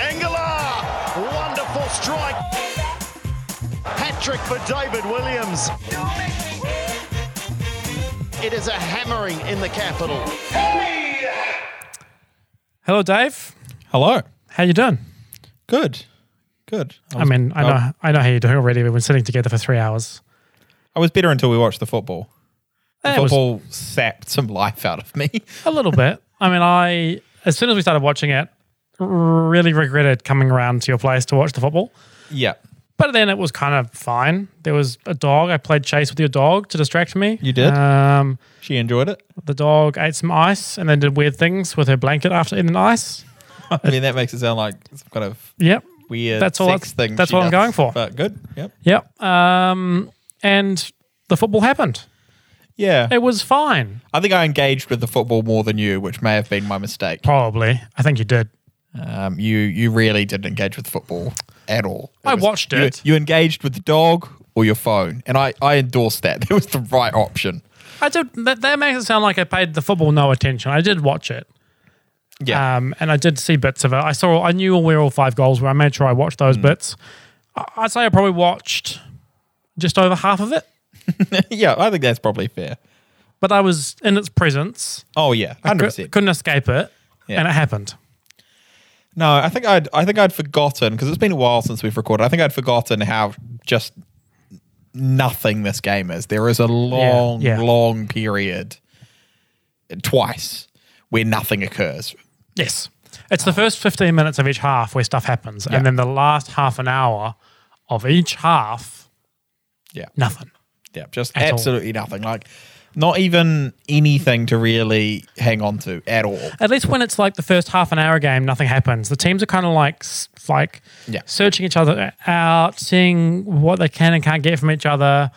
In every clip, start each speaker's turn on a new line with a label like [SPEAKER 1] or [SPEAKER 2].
[SPEAKER 1] Engelar! Wonderful strike. Hat trick for David Williams. It is a hammering in the capital.
[SPEAKER 2] Hello, Dave.
[SPEAKER 3] Hello.
[SPEAKER 2] How you doing?
[SPEAKER 3] Good. Good. Oh.
[SPEAKER 2] I mean, I know, I know how you're doing already. We've been sitting together for three hours.
[SPEAKER 3] I was better until we watched the football. The
[SPEAKER 2] It was
[SPEAKER 3] football sapped some life out of me.
[SPEAKER 2] a little bit. I mean, I as soon as we started watching it, really regretted coming around to your place to watch the football.
[SPEAKER 3] yeah.
[SPEAKER 2] But then it was kind of fine. There was a dog. I played chase with your dog to distract me.
[SPEAKER 3] You did?
[SPEAKER 2] Um,
[SPEAKER 3] She enjoyed it.
[SPEAKER 2] the dog ate some ice and then did weird things with her blanket after eating ice.
[SPEAKER 3] I mean, that makes it sound like some kind of
[SPEAKER 2] Yep.
[SPEAKER 3] weird
[SPEAKER 2] That's all that's-
[SPEAKER 3] sex thing.
[SPEAKER 2] that's
[SPEAKER 3] she
[SPEAKER 2] what I'm
[SPEAKER 3] does.
[SPEAKER 2] going for.
[SPEAKER 3] But good. Yep.
[SPEAKER 2] Yep. Um, and the football happened.
[SPEAKER 3] Yeah.
[SPEAKER 2] It was fine.
[SPEAKER 3] I think I engaged with the football more than you, which may have been my mistake.
[SPEAKER 2] Probably. I think you did.
[SPEAKER 3] Um, you you really didn't engage with football at all.
[SPEAKER 2] I watched
[SPEAKER 3] you-
[SPEAKER 2] it.
[SPEAKER 3] You, engaged with the dog or your phone, and I I endorsed that. It was the right option.
[SPEAKER 2] I did. That, that makes it sound like I paid the football no attention. I did watch it.
[SPEAKER 3] Yeah.
[SPEAKER 2] Um, and I did see bits of it. I saw, I knew where all five goals were. I made sure I watched
[SPEAKER 3] Mm.
[SPEAKER 2] those bits. I, I'd say I probably watched just over half of it,
[SPEAKER 3] yeah. I think that's probably fair.
[SPEAKER 2] but I was in its presence.
[SPEAKER 3] Oh yeah, hundred
[SPEAKER 2] Cou-
[SPEAKER 3] percent.
[SPEAKER 2] Couldn't escape it.
[SPEAKER 3] Yeah.
[SPEAKER 2] And it happened.
[SPEAKER 3] No, I think I'd I think I'd forgotten because it's been a while since we've recorded. I think I'd forgotten how just nothing this game is. There is a long,
[SPEAKER 2] yeah.
[SPEAKER 3] long period twice where nothing occurs.
[SPEAKER 2] Yes. It's the first 15 minutes of each half where stuff happens.
[SPEAKER 3] Oh. Yeah.
[SPEAKER 2] And then the last half an hour of each half,
[SPEAKER 3] Yeah.
[SPEAKER 2] nothing.
[SPEAKER 3] Yeah, just
[SPEAKER 2] all.
[SPEAKER 3] absolutely nothing. Like not even anything to really hang on to at all.
[SPEAKER 2] At least when it's like the first half an hour game, nothing happens. The teams are kind of like s- like
[SPEAKER 3] Yeah.
[SPEAKER 2] searching each other out, seeing what they can and can't get from each other,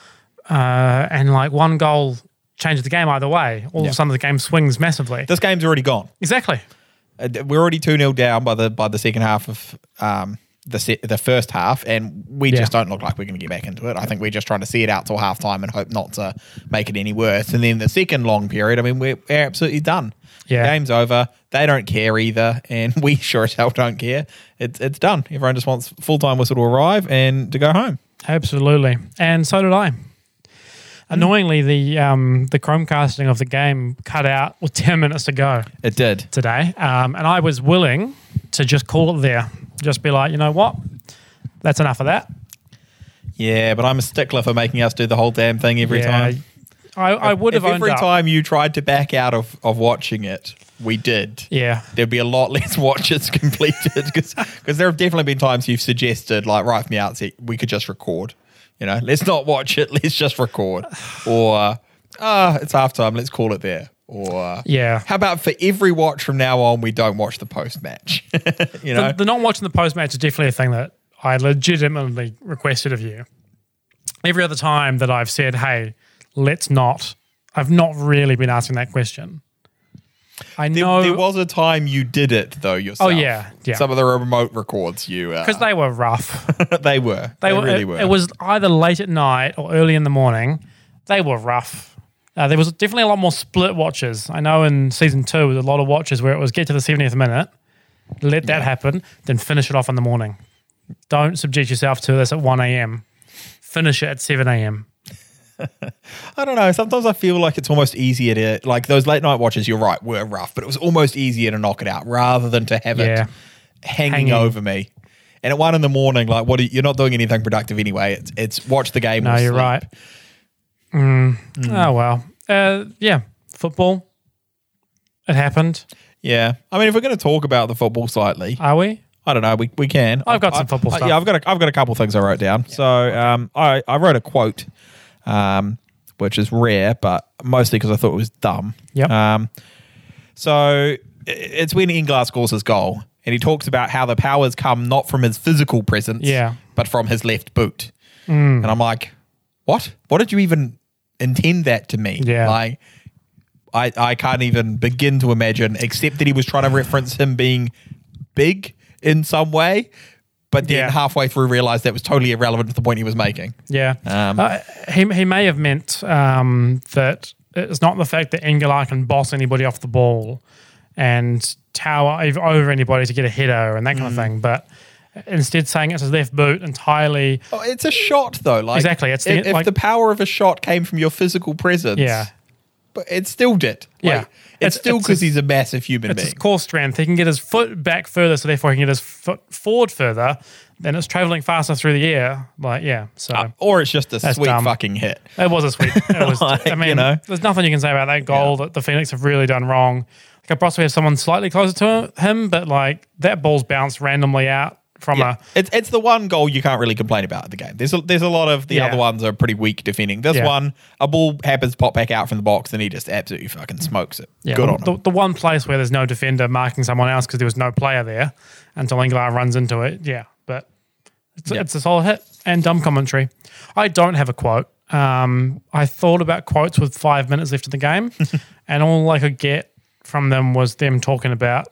[SPEAKER 2] uh, and like one goal changes the game either way. All of a sudden, the game swings massively.
[SPEAKER 3] This game's already gone.
[SPEAKER 2] exactly.
[SPEAKER 3] Uh, th- We're already 2 0 down by the by the second half of um, the se- the first half, and we
[SPEAKER 2] Yeah.
[SPEAKER 3] just don't look like we're going to get back into it. I think we're just trying to see it out till halftime and hope not to make it any worse. And then the second long period, I mean, we're, we're absolutely done.
[SPEAKER 2] Yeah.
[SPEAKER 3] Game's over. They don't care either, and we sure as hell don't care. It's it's done. Everyone just wants full time whistle to arrive and to go home.
[SPEAKER 2] Absolutely. And so did I. Annoyingly, the um, the Chromecasting of the game cut out with 10 minutes to go.
[SPEAKER 3] It did.
[SPEAKER 2] today, um, and I was willing to just call it there, just be like, you know what, that's enough of that.
[SPEAKER 3] Yeah, but I'm a stickler for making us do the whole damn thing every
[SPEAKER 2] Yeah,
[SPEAKER 3] time.
[SPEAKER 2] I, I would
[SPEAKER 3] If
[SPEAKER 2] have owned
[SPEAKER 3] every
[SPEAKER 2] up.
[SPEAKER 3] time you tried to back out of, of watching it, we did.
[SPEAKER 2] Yeah,
[SPEAKER 3] There'd be a lot less watches completed because there have definitely been times you've suggested, like, right from the outset, we could just record. You know, let's not watch it, let's just record. Or, ah, it's halftime, let's call it there. Or,
[SPEAKER 2] Yeah.
[SPEAKER 3] How about for every watch from now on, we don't watch the post match? you know?
[SPEAKER 2] the, the not watching the post match is definitely a thing that I legitimately requested of you. Every other time that I've said, hey, let's not, I've not really been asking that question. I
[SPEAKER 3] There,
[SPEAKER 2] know
[SPEAKER 3] there was a time you did it though yourself.
[SPEAKER 2] Oh, yeah, yeah.
[SPEAKER 3] Some of the remote records you uh,
[SPEAKER 2] because they were rough.
[SPEAKER 3] they were. They,
[SPEAKER 2] They were.
[SPEAKER 3] really
[SPEAKER 2] it,
[SPEAKER 3] were.
[SPEAKER 2] it was either late at night or early in the morning. They were rough. Uh, there was definitely a lot more split watches. I know in season two, there was a lot of watches where it was get to the 70th minute, let that happen, then finish it off in the morning. Don't subject yourself to this at 1 a.m. Finish it at 7 a.m.
[SPEAKER 3] I don't know. Sometimes I feel like it's almost easier to like those late night watches. You're right, were rough, but it was almost easier to knock it out rather than to have
[SPEAKER 2] Yeah.
[SPEAKER 3] it hanging,
[SPEAKER 2] Hanging.
[SPEAKER 3] over me. And at one in the morning, like what? Are, you're not doing anything productive anyway. It's it's watch the game.
[SPEAKER 2] No,
[SPEAKER 3] or
[SPEAKER 2] you're
[SPEAKER 3] sleep.
[SPEAKER 2] right. Mm. Oh, well. Uh, yeah, football. It happened.
[SPEAKER 3] Yeah. I mean, if we're going to talk about the football slightly,
[SPEAKER 2] Are we?
[SPEAKER 3] I don't know. We, we can.
[SPEAKER 2] I've got some football
[SPEAKER 3] I-
[SPEAKER 2] stuff.
[SPEAKER 3] Yeah, I've got a, I've got a couple things I wrote down. So um, I I wrote a quote, um, which is rare, but mostly because I thought it was dumb.
[SPEAKER 2] Yep.
[SPEAKER 3] Um, so i- it's when Inglar scores his goal, and he talks about how the powers come not from his physical presence,
[SPEAKER 2] Yeah. Mm.
[SPEAKER 3] but from his left boot. And I'm like, what? What did you even intend that to mean?
[SPEAKER 2] Yeah.
[SPEAKER 3] Like. I, I can't even begin to imagine, except that he was trying to reference him being big in some way, but then
[SPEAKER 2] Yeah.
[SPEAKER 3] halfway through realized that was totally irrelevant to the point he was making.
[SPEAKER 2] Yeah.
[SPEAKER 3] Um,
[SPEAKER 2] Uh, he, he may have meant um, that it's not the fact that Engelar can boss anybody off the ball and tower ev- over anybody to get a header and that kind of thing, but instead saying it's his left boot entirely.
[SPEAKER 3] Oh, it's a shot though. Like
[SPEAKER 2] Exactly, it's the-
[SPEAKER 3] if, if
[SPEAKER 2] like-
[SPEAKER 3] the power of a shot came from your physical presence.
[SPEAKER 2] Yeah.
[SPEAKER 3] But it still did. Like,
[SPEAKER 2] Yeah. It's-
[SPEAKER 3] it's, still
[SPEAKER 2] it's
[SPEAKER 3] because
[SPEAKER 2] a-
[SPEAKER 3] he's a massive human
[SPEAKER 2] It's
[SPEAKER 3] being.
[SPEAKER 2] his core strength. He can get his foot back further, so therefore he can get his foot forward further. Then it's traveling faster through the air. Like, yeah. So
[SPEAKER 3] or it's just a sweet
[SPEAKER 2] dumb.
[SPEAKER 3] fucking hit.
[SPEAKER 2] It was a sweet. It was,
[SPEAKER 3] Like,
[SPEAKER 2] I mean,
[SPEAKER 3] you know.
[SPEAKER 2] there's nothing you can say about that goal that the Phoenix have really done wrong. Like, I possibly have someone slightly closer to him, but like that ball's bounced randomly out from
[SPEAKER 3] Yeah.
[SPEAKER 2] a.
[SPEAKER 3] It's it's the one goal you can't really complain about in the game. There's a, there's a lot of the
[SPEAKER 2] Yeah.
[SPEAKER 3] other ones are pretty weak defending. This
[SPEAKER 2] Yeah.
[SPEAKER 3] one, a ball happens to pop back out from the box and he just absolutely fucking smokes it.
[SPEAKER 2] Yeah,
[SPEAKER 3] Good
[SPEAKER 2] the,
[SPEAKER 3] on
[SPEAKER 2] the,
[SPEAKER 3] him.
[SPEAKER 2] the one place where there's no defender marking someone else because there was no player there until Inglar runs into it. Yeah, but it's, it's a solid hit and dumb commentary. I don't have a quote. Um, I thought about quotes with five minutes left in the game, and all I could get from them was them talking about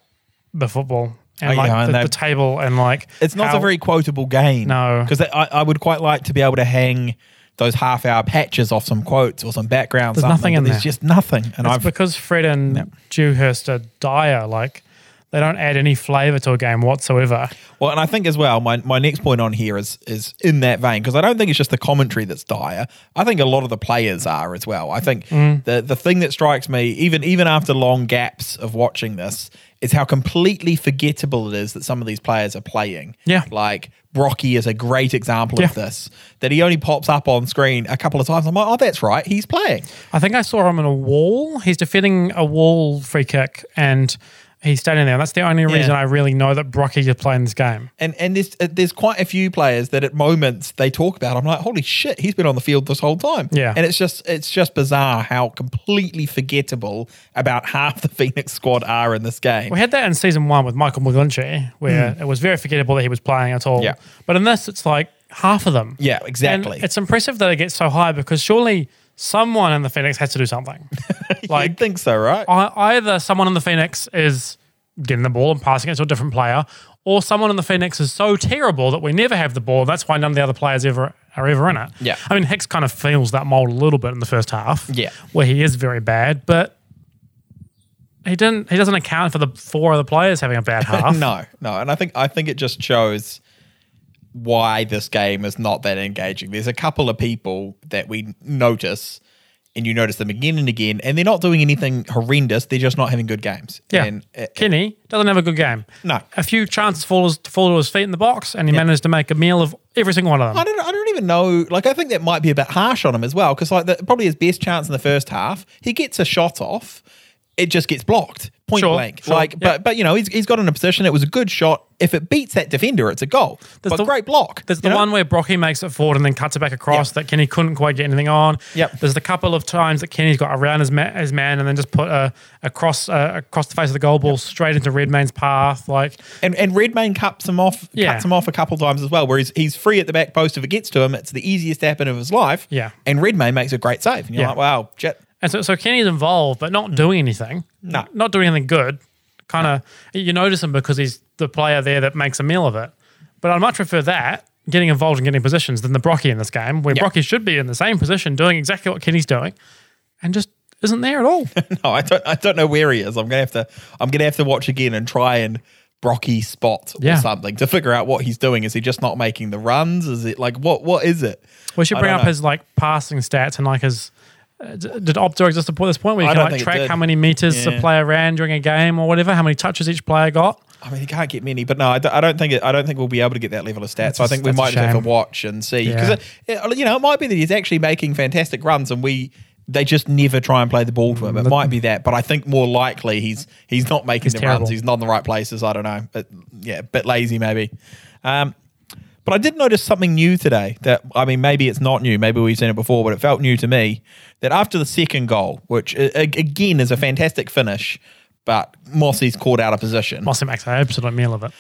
[SPEAKER 2] the football and
[SPEAKER 3] Oh,
[SPEAKER 2] like
[SPEAKER 3] yeah, and
[SPEAKER 2] the,
[SPEAKER 3] they-
[SPEAKER 2] the table and like
[SPEAKER 3] It's not
[SPEAKER 2] how-
[SPEAKER 3] a very quotable game.
[SPEAKER 2] No.
[SPEAKER 3] Because I, I would quite like to be able to hang those half hour patches off some quotes or some background.
[SPEAKER 2] There's nothing
[SPEAKER 3] something, but
[SPEAKER 2] in
[SPEAKER 3] There's
[SPEAKER 2] there.
[SPEAKER 3] just nothing. And
[SPEAKER 2] It's
[SPEAKER 3] I've
[SPEAKER 2] because Fred and Dewhurst are dire. Like they don't add any flavour to a game whatsoever.
[SPEAKER 3] Well, and I think as well, my, my next point on here is is in that vein because I don't think it's just the commentary that's dire. I think a lot of the players are as well. I think
[SPEAKER 2] Mm.
[SPEAKER 3] the the thing that strikes me, even even after long gaps of watching this, is how completely forgettable it is that some of these players are playing.
[SPEAKER 2] Yeah.
[SPEAKER 3] like Brocky is a great example
[SPEAKER 2] Yeah.
[SPEAKER 3] of this. That he only pops up on screen a couple of times. I'm like, oh, that's right, he's playing.
[SPEAKER 2] I think I saw him on a wall. He's defending a wall free kick and he's standing there. That's the only reason I really know that Brocky is playing this game.
[SPEAKER 3] And and there's uh, there's quite a few players that at moments they talk about. I'm like, holy shit, he's been on the field this whole time.
[SPEAKER 2] Yeah.
[SPEAKER 3] And it's just it's just bizarre how completely forgettable about half the Phoenix squad are in this game.
[SPEAKER 2] We had that in season one with Michael McGlinchey, where it was very forgettable that he was playing at all.
[SPEAKER 3] Hmm. Yeah.
[SPEAKER 2] But in this, it's like half of them.
[SPEAKER 3] Yeah,
[SPEAKER 2] And
[SPEAKER 3] exactly.
[SPEAKER 2] it's impressive that it gets so high because surely someone in the Phoenix has to do something.
[SPEAKER 3] I
[SPEAKER 2] like
[SPEAKER 3] think so, right?
[SPEAKER 2] I- either someone in the Phoenix is getting the ball and passing it to a different player, or someone in the Phoenix is so terrible that we never have the ball. That's why none of the other players ever are ever in it.
[SPEAKER 3] Yeah.
[SPEAKER 2] I mean Hicks kind of feels that mold a little bit in the first half.
[SPEAKER 3] Yeah.
[SPEAKER 2] where he is very bad, but he didn't. He doesn't account for the four other players having a bad half.
[SPEAKER 3] no, no. And I think I think it just shows why this game is not that engaging. There's a couple of people that we notice and you notice them again and again, and they're not doing anything horrendous. They're just not having good games.
[SPEAKER 2] Yeah.
[SPEAKER 3] And uh,
[SPEAKER 2] Kenny doesn't have a good game.
[SPEAKER 3] No.
[SPEAKER 2] A few chances fall, fall to his feet in the box, and he managed to make a meal of every single one of them.
[SPEAKER 3] I don't, I don't even know. Like, I think that might be a bit harsh on him as well, because like the, probably his best chance in the first half, he gets a shot off, it just gets blocked, point
[SPEAKER 2] Sure,
[SPEAKER 3] blank.
[SPEAKER 2] sure,
[SPEAKER 3] like,
[SPEAKER 2] yeah.
[SPEAKER 3] but but you know, he's, he's got in a position. It was a good shot. If it beats that defender, it's a goal.
[SPEAKER 2] There's
[SPEAKER 3] but
[SPEAKER 2] the-
[SPEAKER 3] great block.
[SPEAKER 2] There's
[SPEAKER 3] you
[SPEAKER 2] the
[SPEAKER 3] know?
[SPEAKER 2] one where Brocky makes it forward and then cuts it back across
[SPEAKER 3] Yep.
[SPEAKER 2] that Kenny couldn't quite get anything on.
[SPEAKER 3] Yep.
[SPEAKER 2] There's the couple of times that Kenny's got around his, ma- his man and then just put a across uh, across the face of the goal ball straight into Redmayne's path. Like
[SPEAKER 3] And and Redmayne cuts him off,
[SPEAKER 2] Yeah.
[SPEAKER 3] cuts him off a couple times as well. Where he's, he's free at the back post if it gets to him. It's the easiest happen of his life.
[SPEAKER 2] Yeah.
[SPEAKER 3] And Redmayne makes a great save. And you're
[SPEAKER 2] Yeah.
[SPEAKER 3] like, wow, shit.
[SPEAKER 2] and so so Kenny's involved but not doing anything.
[SPEAKER 3] No.
[SPEAKER 2] Not doing anything good. Kind of you notice him because he's the player there that makes a meal of it. But I'd much prefer that getting involved and getting positions than the Brocky in this game where
[SPEAKER 3] Yeah.
[SPEAKER 2] Brocky should be in the same position doing exactly what Kenny's doing and just isn't there at all.
[SPEAKER 3] No, I don't. I don't know where he is. I'm gonna have to. I'm gonna have to watch again and try and Brocky spot or
[SPEAKER 2] Yeah.
[SPEAKER 3] something to figure out what he's doing. Is he just not making the runs? Is it like what? What is it?
[SPEAKER 2] We should
[SPEAKER 3] I
[SPEAKER 2] bring
[SPEAKER 3] don't
[SPEAKER 2] up
[SPEAKER 3] know.
[SPEAKER 2] his like passing stats and like his. Uh, d- did Opto exist at this point where you
[SPEAKER 3] I
[SPEAKER 2] can
[SPEAKER 3] don't
[SPEAKER 2] like
[SPEAKER 3] think it
[SPEAKER 2] track
[SPEAKER 3] did.
[SPEAKER 2] how many meters
[SPEAKER 3] Yeah.
[SPEAKER 2] a player ran during a game or whatever, how many touches each player got?
[SPEAKER 3] I mean, he can't get many, but no, I don't, I don't think it, I don't think we'll be able to get that level of stats.
[SPEAKER 2] a-
[SPEAKER 3] I think we
[SPEAKER 2] that's a
[SPEAKER 3] might just have
[SPEAKER 2] shame.
[SPEAKER 3] to watch and see because
[SPEAKER 2] Yeah.
[SPEAKER 3] you know it might be that he's actually making fantastic runs and we they just never try and play the ball to him. It might be that, but I think more likely he's he's not making
[SPEAKER 2] Mm. He's
[SPEAKER 3] the
[SPEAKER 2] terrible.
[SPEAKER 3] runs. He's not in the right places. I don't know, but yeah, a bit lazy maybe. Um, but I did notice something new today. That I mean, maybe it's not new. Maybe we've seen it before, but it felt new to me. That after the second goal, which uh, ag- again is a fantastic finish, but Mossy's caught out of position.
[SPEAKER 2] Mossy makes an absolute meal of it.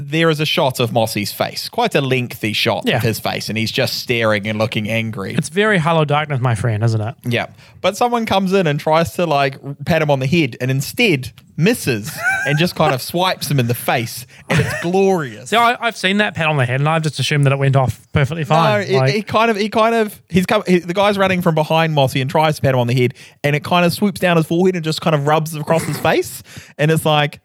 [SPEAKER 3] there is a shot of Mossy's face, quite a lengthy shot
[SPEAKER 2] Yeah.
[SPEAKER 3] of his face, and he's just staring and looking angry.
[SPEAKER 2] It's very Hello Darkness, my friend, isn't it?
[SPEAKER 3] yeah. But someone comes in and tries to like pat him on the head and instead misses and just kind of swipes him in the face. And it's glorious.
[SPEAKER 2] See, I, I've seen that pat on the head, and I've just assumed that it went off perfectly
[SPEAKER 3] No,
[SPEAKER 2] fine.
[SPEAKER 3] it,
[SPEAKER 2] Like,
[SPEAKER 3] it kind of, he kind of, he's come, he, the guy's running from behind Mossy and tries to pat him on the head, and it kind of swoops down his forehead and just kind of rubs across his face, and it's like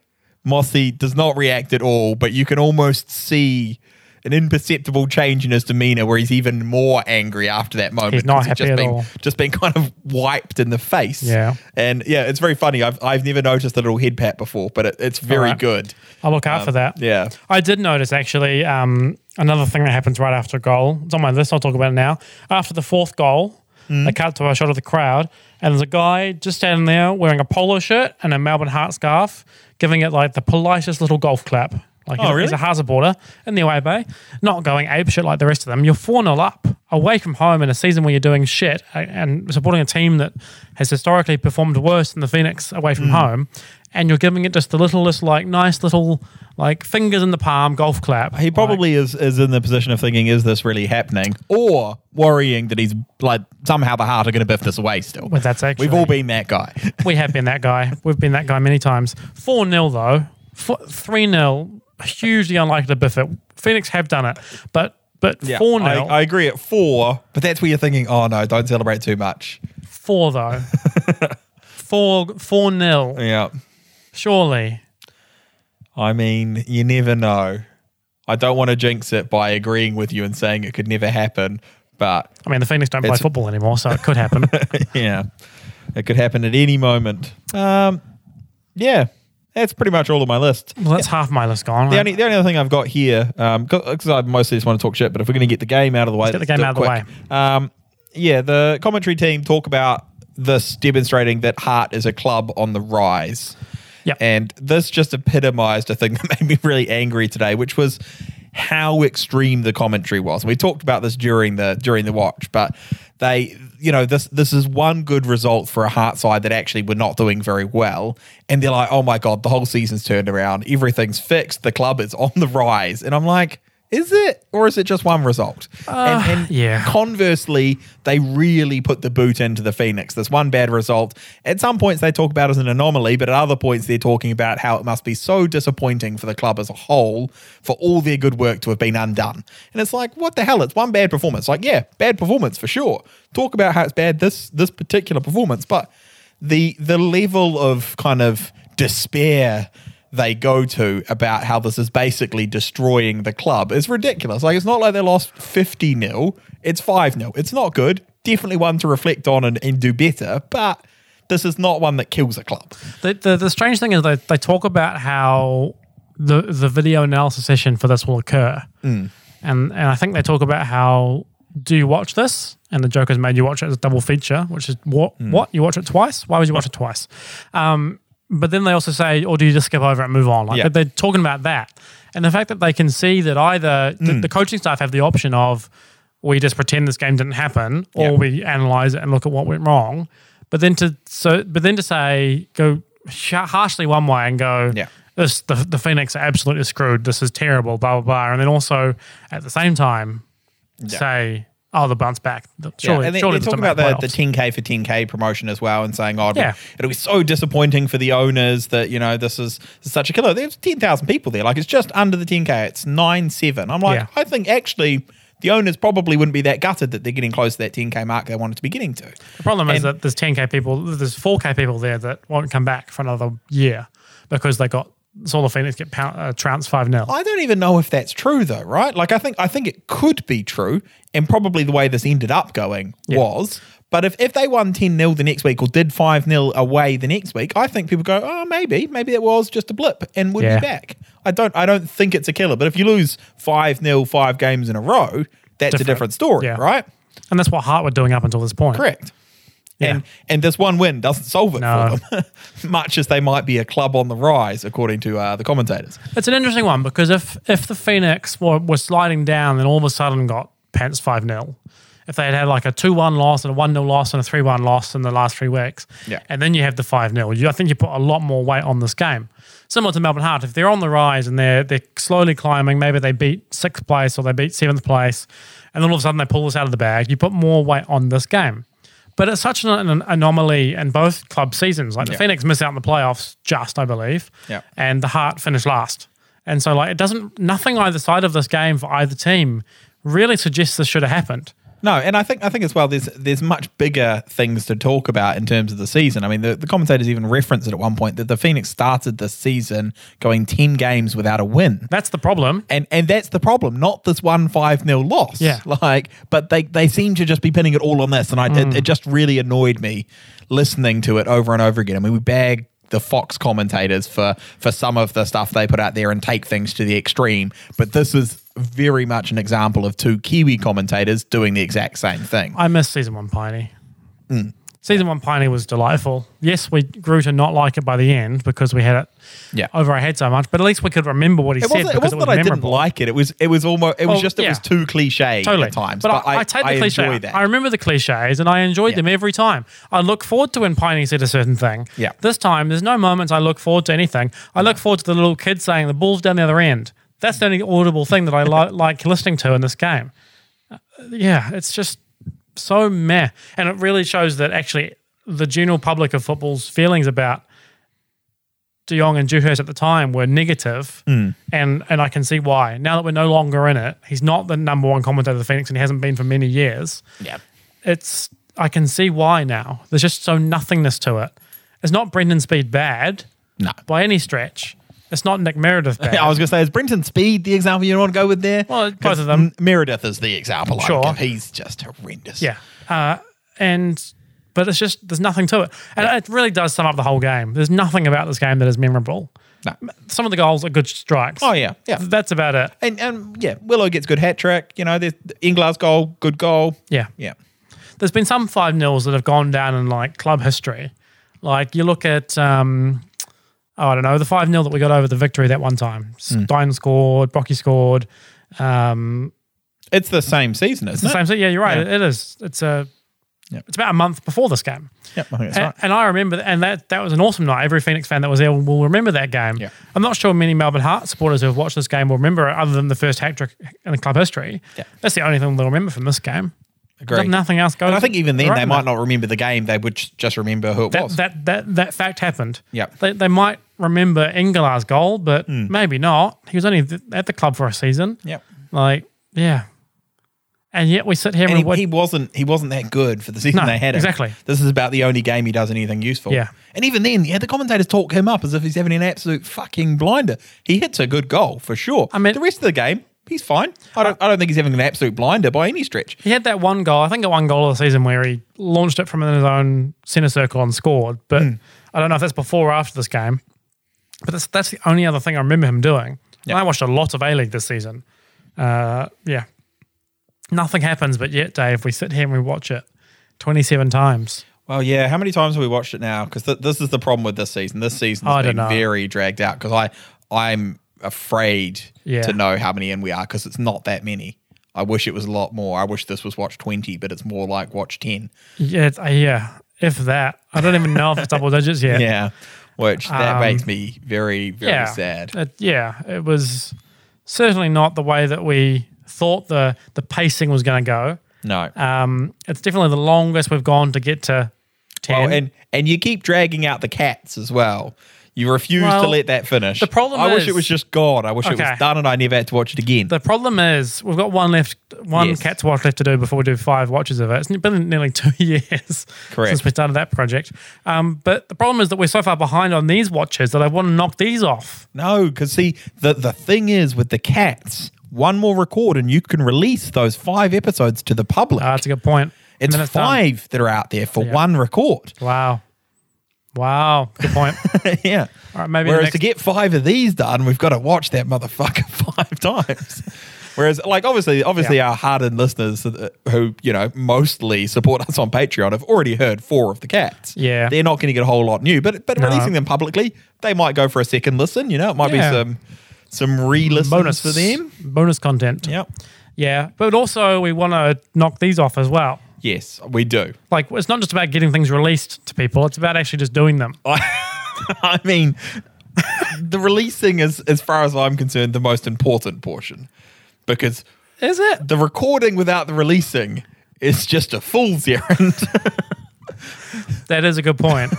[SPEAKER 3] Mossy does not react at all, but you can almost see an imperceptible change in his demeanor where he's even more angry after that moment.
[SPEAKER 2] He's not
[SPEAKER 3] 'cause
[SPEAKER 2] happy
[SPEAKER 3] just
[SPEAKER 2] at
[SPEAKER 3] been,
[SPEAKER 2] all.
[SPEAKER 3] Just been kind of wiped in the face.
[SPEAKER 2] Yeah.
[SPEAKER 3] and yeah, it's very funny. I've I've never noticed a little head pat before, but it, it's very
[SPEAKER 2] right.
[SPEAKER 3] good.
[SPEAKER 2] I'll look
[SPEAKER 3] Um,
[SPEAKER 2] out for that.
[SPEAKER 3] yeah.
[SPEAKER 2] I did notice actually um, another thing that happens right after a goal. It's on my list. I'll talk about it now. After the fourth goal,
[SPEAKER 3] Mm.
[SPEAKER 2] they cut to a shot of the crowd, and there's a guy just standing there wearing a polo shirt and a Melbourne Heart scarf, giving it like the politest little golf clap. Like he's,
[SPEAKER 3] Oh,
[SPEAKER 2] he's a
[SPEAKER 3] really?
[SPEAKER 2] hard supporter in the away bay, not going ape shit like the rest of them. You're 4 0 up away from home in a season where you're doing shit a- and supporting a team that has historically performed worse than the Phoenix away
[SPEAKER 3] Hmm.
[SPEAKER 2] from home. And you're giving it just the littlest, like, nice little, like, fingers in the palm golf clap.
[SPEAKER 3] He probably is is in the position of thinking, is this really happening? Or worrying that he's like somehow the heart are going to biff this away still.
[SPEAKER 2] Well, that's actually-
[SPEAKER 3] we've all been that guy.
[SPEAKER 2] Like, we have been that guy. We've been that guy many times. 4 0, though. 3 0, hugely unlikely to biff it. Phoenix have done it, but. But 4 0.
[SPEAKER 3] I, I agree at four, but that's where you're thinking, oh no, don't celebrate too much.
[SPEAKER 2] Four though. four four nil.
[SPEAKER 3] Yeah,
[SPEAKER 2] Surely.
[SPEAKER 3] I mean, you never know. I don't want to jinx it by agreeing with you and saying it could never happen, but
[SPEAKER 2] I mean the Phoenix don't play
[SPEAKER 3] It's-
[SPEAKER 2] football anymore, so it could happen.
[SPEAKER 3] yeah, it could happen at any moment. Um, yeah, that's pretty much all of my list.
[SPEAKER 2] well that's half my list gone.
[SPEAKER 3] The only, the only other thing I've got here, because I mostly just want to talk shit, but if we're going to get the game out of the way,
[SPEAKER 2] get the
[SPEAKER 3] let's
[SPEAKER 2] game
[SPEAKER 3] do it
[SPEAKER 2] out of the
[SPEAKER 3] quick. Um, yeah, the commentary team talk about this demonstrating that Hart is a club on the rise.
[SPEAKER 2] Yep.
[SPEAKER 3] And this just epitomized a thing that made me really angry today, which was how extreme the commentary was. We talked about this during the during the watch, but they you know, this this is one good result for a heart side that actually were not doing very well. And they're like, oh my God, the whole season's turned around, everything's fixed, the club is on the rise. And I'm like, is it or is it just one result? and, and
[SPEAKER 2] yeah.
[SPEAKER 3] Conversely, they really put the boot into the Phoenix. This one bad result. At some points, they talk about it as an anomaly, but at other points, they're talking about how it must be so disappointing for the club as a whole for all their good work to have been undone. And it's like, what the hell? It's one bad performance. Like, yeah, bad performance for sure. Talk about how it's bad this this particular performance, but the the level of kind of despair they go to about how this is basically destroying the club is ridiculous. Like it's not like they lost 50 nil, it's 5 0. It's not good. Definitely one to reflect on and, and do better, but this is not one that kills a club.
[SPEAKER 2] The, the the strange thing is they, they talk about how the the video analysis session for this will occur.
[SPEAKER 3] Hmm.
[SPEAKER 2] And and I think they talk about how do you watch this? And the joke has made you watch it as a double feature, which is what
[SPEAKER 3] Hmm.
[SPEAKER 2] what? You watch it twice? Why would you watch it twice? Um, but then they also say, or do you just skip over it and move on? Like
[SPEAKER 3] Yeah.
[SPEAKER 2] they're talking about that. And the fact that they can see that either
[SPEAKER 3] Hmm.
[SPEAKER 2] the, the coaching staff have the option of we just pretend this game didn't happen or
[SPEAKER 3] Yeah.
[SPEAKER 2] we analyze it and look at what went wrong. But then to so but then to say go sh- harshly one way and go
[SPEAKER 3] Yeah.
[SPEAKER 2] this the, the Phoenix are absolutely screwed. This is terrible. Blah blah blah. And then also at the same time say oh the bounce back. The- Surely,
[SPEAKER 3] yeah, and they,
[SPEAKER 2] surely
[SPEAKER 3] they're
[SPEAKER 2] this
[SPEAKER 3] talking
[SPEAKER 2] doesn't
[SPEAKER 3] about the,
[SPEAKER 2] make
[SPEAKER 3] the
[SPEAKER 2] playoffs.
[SPEAKER 3] 10k for 10k promotion as well, and saying, "Oh, it'll,
[SPEAKER 2] Yeah.
[SPEAKER 3] be, it'll be so disappointing for the owners that you know this is, this is such a killer." There's 10,000 people there, like it's just under the 10k. It's nine seven. I'm like,
[SPEAKER 2] Yeah.
[SPEAKER 3] I think actually the owners probably wouldn't be that gutted that they're getting close to that 10k mark they wanted to be getting to.
[SPEAKER 2] The problem is
[SPEAKER 3] And-
[SPEAKER 2] that there's 10k people, there's 4k people there that won't come back for another year because they got saw the Phoenix get pound, uh, trounced five 0
[SPEAKER 3] I don't even know if that's true though, right? Like I think I think it could be true, and probably the way this ended up going was. But if, if they won 10 0 the next week or did 5 0 away the next week, I think people go, oh, maybe, maybe it was just a blip and we'll
[SPEAKER 2] Yeah.
[SPEAKER 3] be back. I don't I don't think it's a killer. But if you lose 5 0 five games in a row, that's a
[SPEAKER 2] Different.
[SPEAKER 3] different story,
[SPEAKER 2] Yeah.
[SPEAKER 3] right?
[SPEAKER 2] and that's what Hart were doing up until this point.
[SPEAKER 3] Correct.
[SPEAKER 2] Yeah.
[SPEAKER 3] And and this one win doesn't solve it
[SPEAKER 2] No.
[SPEAKER 3] for them, much as they might be a club on the rise, according to uh, the commentators.
[SPEAKER 2] It's an interesting one because if if the Phoenix were, were sliding down, then all of a sudden got pants five 0 if they had had like a 2 1 loss and a 1 0 loss and a 3 1 loss in the last three weeks.
[SPEAKER 3] Yeah.
[SPEAKER 2] And then you have the 5 0. I think you put a lot more weight on this game. Similar to Melbourne Heart, if they're on the rise and they're, they're slowly climbing, maybe they beat sixth place or they beat seventh place, and then all of a sudden they pull this out of the bag, you put more weight on this game. But it's such an, an anomaly in both club seasons. Like the
[SPEAKER 3] Yeah.
[SPEAKER 2] Phoenix miss out in the playoffs, just I believe,
[SPEAKER 3] Yeah.
[SPEAKER 2] and the Heart finished last. And so like it doesn't nothing either side of this game for either team really suggests this should have happened.
[SPEAKER 3] No, and I think I think as well. There's there's much bigger things to talk about in terms of the season. I mean, the, the commentators even referenced it at one point that the Phoenix started the season going ten games without a win,
[SPEAKER 2] That's the problem.
[SPEAKER 3] and and that's the problem. Not this one five 0 loss.
[SPEAKER 2] Yeah.
[SPEAKER 3] like but they they seem to just be pinning it all on this, and I it,
[SPEAKER 2] Mm.
[SPEAKER 3] it just really annoyed me listening to it over and over again. I mean, we bag the Fox commentators for for some of the stuff they put out there and take things to the extreme, but this is. Very much an example of two Kiwi commentators doing the exact same thing.
[SPEAKER 2] I miss season one Piney.
[SPEAKER 3] Mm.
[SPEAKER 2] Season one Piney was delightful. Yes, we grew to not like it by the end because we had it
[SPEAKER 3] Yeah.
[SPEAKER 2] over our head so much, but at least we could remember what he
[SPEAKER 3] It
[SPEAKER 2] said
[SPEAKER 3] wasn't, it
[SPEAKER 2] because it
[SPEAKER 3] wasn't
[SPEAKER 2] was
[SPEAKER 3] that I didn't
[SPEAKER 2] memorable.
[SPEAKER 3] like it. It was it was almost it was
[SPEAKER 2] Well,
[SPEAKER 3] just it
[SPEAKER 2] yeah.
[SPEAKER 3] was too cliche
[SPEAKER 2] totally.
[SPEAKER 3] at times.
[SPEAKER 2] But, I, I take the cliche.
[SPEAKER 3] enjoy that.
[SPEAKER 2] I remember the cliches and I enjoyed
[SPEAKER 3] Yeah.
[SPEAKER 2] them every time. I look forward to when Piney said a certain thing.
[SPEAKER 3] Yeah.
[SPEAKER 2] This time, there's no moments I look forward to anything. I look forward to the little kid saying the ball's down the other end. That's the only audible thing that I li- like listening to in this game. Uh, yeah, it's just so meh. And it really shows that actually the general public of football's feelings about De Jong and Dewhurst at the time were negative,
[SPEAKER 3] Hmm.
[SPEAKER 2] and and I can see why. Now that we're no longer in it, he's not the number one commentator of the Phoenix, and he hasn't been for many years.
[SPEAKER 3] yeah.
[SPEAKER 2] It's I can see why now. There's just so nothingness to it. It's not Brendan Speed bad,
[SPEAKER 3] No.
[SPEAKER 2] by any stretch. It's not Nick Meredith bad.
[SPEAKER 3] I was going to say, is Brenton Speed the example you want to go with there?
[SPEAKER 2] Well, both
[SPEAKER 3] 'Cause
[SPEAKER 2] of them.
[SPEAKER 3] M- Meredith is the example. I would
[SPEAKER 2] Sure.
[SPEAKER 3] give. he's just horrendous.
[SPEAKER 2] Yeah. Uh, and but it's just there's nothing to it, and it really does sum up the whole game. There's nothing about this game that is memorable.
[SPEAKER 3] No.
[SPEAKER 2] Some of the goals are good strikes.
[SPEAKER 3] Oh yeah, yeah.
[SPEAKER 2] That's about it.
[SPEAKER 3] And and yeah, Willow gets good hat trick. You know, there's Inglar's goal, good goal.
[SPEAKER 2] Yeah.
[SPEAKER 3] Yeah.
[SPEAKER 2] there's been some five nils that have gone down in like club history. Like you look at, um, oh, I don't know, the five 0 that we got over the victory that one time.
[SPEAKER 3] Hmm.
[SPEAKER 2] Stein scored, Brocky scored. Um,
[SPEAKER 3] It's the same season, isn't
[SPEAKER 2] it's the
[SPEAKER 3] it?
[SPEAKER 2] same thing. Yeah, you're right.
[SPEAKER 3] Yeah.
[SPEAKER 2] It is. It's a.
[SPEAKER 3] Yep.
[SPEAKER 2] It's about a month before this game.
[SPEAKER 3] Yep, I think that's
[SPEAKER 2] And,
[SPEAKER 3] right.
[SPEAKER 2] and I remember, and that that was an awesome night. Every Phoenix fan that was there will remember that game.
[SPEAKER 3] Yeah.
[SPEAKER 2] I'm not sure many Melbourne Heart supporters who have watched this game will remember it, other than the first hat trick in the club history.
[SPEAKER 3] Yeah.
[SPEAKER 2] That's the only thing they'll remember from this game.
[SPEAKER 3] Agree.
[SPEAKER 2] Nothing else goes.
[SPEAKER 3] And I think even then
[SPEAKER 2] right
[SPEAKER 3] they
[SPEAKER 2] in
[SPEAKER 3] might
[SPEAKER 2] that.
[SPEAKER 3] not remember the game. They would j- just remember who it
[SPEAKER 2] that,
[SPEAKER 3] was.
[SPEAKER 2] that that that fact happened.
[SPEAKER 3] Yep.
[SPEAKER 2] They, they might remember Engelar's goal, but
[SPEAKER 3] Hmm.
[SPEAKER 2] maybe not. He was only th- at the club for a season.
[SPEAKER 3] Yep.
[SPEAKER 2] Like, yeah. And yet we sit here and,
[SPEAKER 3] and
[SPEAKER 2] we
[SPEAKER 3] he, he
[SPEAKER 2] would-
[SPEAKER 3] wasn't he wasn't that good for the season
[SPEAKER 2] No,
[SPEAKER 3] they had him.
[SPEAKER 2] exactly.
[SPEAKER 3] This is about the only game he does anything useful.
[SPEAKER 2] Yeah.
[SPEAKER 3] And even then, yeah, the commentators talk him up as if he's having an absolute fucking blinder. He hits a good goal for sure. I
[SPEAKER 2] mean-
[SPEAKER 3] the rest of the game, he's fine. I don't I don't think he's having an absolute blinder by any stretch.
[SPEAKER 2] he had that one goal. I think at one goal of the season where he launched it from his own center circle and scored. But
[SPEAKER 3] Hmm.
[SPEAKER 2] I don't know if that's before or after this game. But that's that's the only other thing I remember him doing. And
[SPEAKER 3] Yeah.
[SPEAKER 2] I watched a lot of A League this season. Uh, yeah. Nothing happens, but yet, Dave, we sit here and we watch it 27 times.
[SPEAKER 3] Well, yeah. How many times have we watched it now? Because th- this is the problem with this season. This season
[SPEAKER 2] I
[SPEAKER 3] has
[SPEAKER 2] don't
[SPEAKER 3] been
[SPEAKER 2] know.
[SPEAKER 3] very dragged out. Because I, I'm afraid
[SPEAKER 2] Yeah.
[SPEAKER 3] to know how many in we are because it's not that many. I wish it was a lot more. I wish this was watch twenty, but it's more like watch ten.
[SPEAKER 2] Yeah, it's, uh, yeah. If that, I don't even know if it's double digits yet.
[SPEAKER 3] Yeah. Which that
[SPEAKER 2] Um,
[SPEAKER 3] makes me very, very
[SPEAKER 2] yeah.
[SPEAKER 3] sad.
[SPEAKER 2] It- yeah, it was certainly not the way that we thought the the pacing was going to go.
[SPEAKER 3] No.
[SPEAKER 2] Um, it's definitely the longest we've gone to get to
[SPEAKER 3] well,
[SPEAKER 2] ten.
[SPEAKER 3] Oh, and and you keep dragging out the cats as well. You refuse to
[SPEAKER 2] Well,
[SPEAKER 3] let that finish. The
[SPEAKER 2] problem
[SPEAKER 3] I wish
[SPEAKER 2] is-
[SPEAKER 3] it was just gone. I wish it
[SPEAKER 2] Okay.
[SPEAKER 3] was done and I never had to watch it again.
[SPEAKER 2] the problem is we've got one left, one
[SPEAKER 3] Yes.
[SPEAKER 2] cat's watch left to do before we do five watches of it. It's been nearly two years
[SPEAKER 3] Correct.
[SPEAKER 2] since we started that project. Um, but the problem is that we're so far behind on these watches that I want to knock these off.
[SPEAKER 3] no, because see, the, the thing is with the cats, one more record and you can release those five episodes to the public.
[SPEAKER 2] Uh, that's a good point. And
[SPEAKER 3] it's,
[SPEAKER 2] then done.
[SPEAKER 3] five that are out there for one record.
[SPEAKER 2] Wow. Wow. Good point.
[SPEAKER 3] yeah.
[SPEAKER 2] All right, maybe the
[SPEAKER 3] Whereas
[SPEAKER 2] next-
[SPEAKER 3] to get five of these done, we've got to watch that motherfucker five times. Whereas, like, obviously, obviously,
[SPEAKER 2] Yeah.
[SPEAKER 3] our hardened listeners uh, who you know mostly support us on Patreon have already heard four of the cats.
[SPEAKER 2] Yeah.
[SPEAKER 3] they're not going to get a whole lot new, but but
[SPEAKER 2] No.
[SPEAKER 3] releasing them publicly, they might go for a second listen. You know, it might
[SPEAKER 2] Yeah.
[SPEAKER 3] be some some re-listens
[SPEAKER 2] bonus
[SPEAKER 3] for them.
[SPEAKER 2] Bonus content.
[SPEAKER 3] Yep.
[SPEAKER 2] Yeah, but also we want to knock these off as well.
[SPEAKER 3] Yes, we do.
[SPEAKER 2] Like it's not just about getting things released to people; it's about actually just doing them.
[SPEAKER 3] I mean, the releasing is, as far as I'm concerned, the most important portion because
[SPEAKER 2] Is it?
[SPEAKER 3] the recording without the releasing is just a fool's errand.
[SPEAKER 2] That is a good point.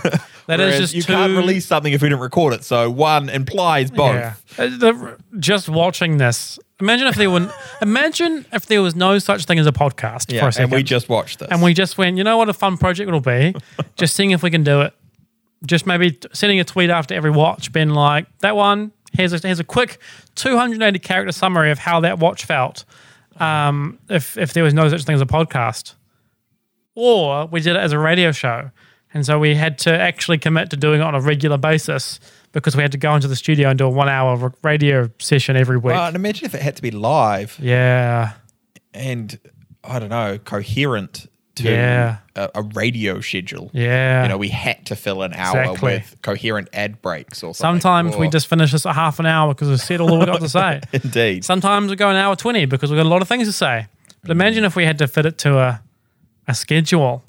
[SPEAKER 2] That is
[SPEAKER 3] Whereas
[SPEAKER 2] just
[SPEAKER 3] you
[SPEAKER 2] too,
[SPEAKER 3] can't release something if we didn't record it. So one implies both.
[SPEAKER 2] Yeah. Uh, the- just watching this. Imagine if there were. imagine if there was no such thing as a podcast
[SPEAKER 3] Yeah,
[SPEAKER 2] for a second,
[SPEAKER 3] and we just watched this.
[SPEAKER 2] and we just went. You know what a fun project it'll be. just seeing if we can do it. Just maybe t- sending a tweet after every watch, being like that one. Here's a, here's a quick 280 character summary of how that watch felt. Um, if if there was no such thing as a podcast, or we did it as a radio show. And so we had to actually commit to doing it on a regular basis because we had to go into the studio and do a one hour r- radio session every week.
[SPEAKER 3] Well, Uh, and imagine if it had to be live
[SPEAKER 2] yeah.
[SPEAKER 3] and I don't know, coherent to
[SPEAKER 2] Yeah.
[SPEAKER 3] a, a radio schedule.
[SPEAKER 2] Yeah.
[SPEAKER 3] You know, we had to fill an hour
[SPEAKER 2] Exactly.
[SPEAKER 3] with coherent ad breaks or something.
[SPEAKER 2] Sometimes we
[SPEAKER 3] Or-
[SPEAKER 2] just finish this at half an hour because we've said all that we've got to say.
[SPEAKER 3] Indeed. Mm.
[SPEAKER 2] Sometimes we go an hour 20 because we've got a lot of things to say. But imagine if we had to fit it to a, a schedule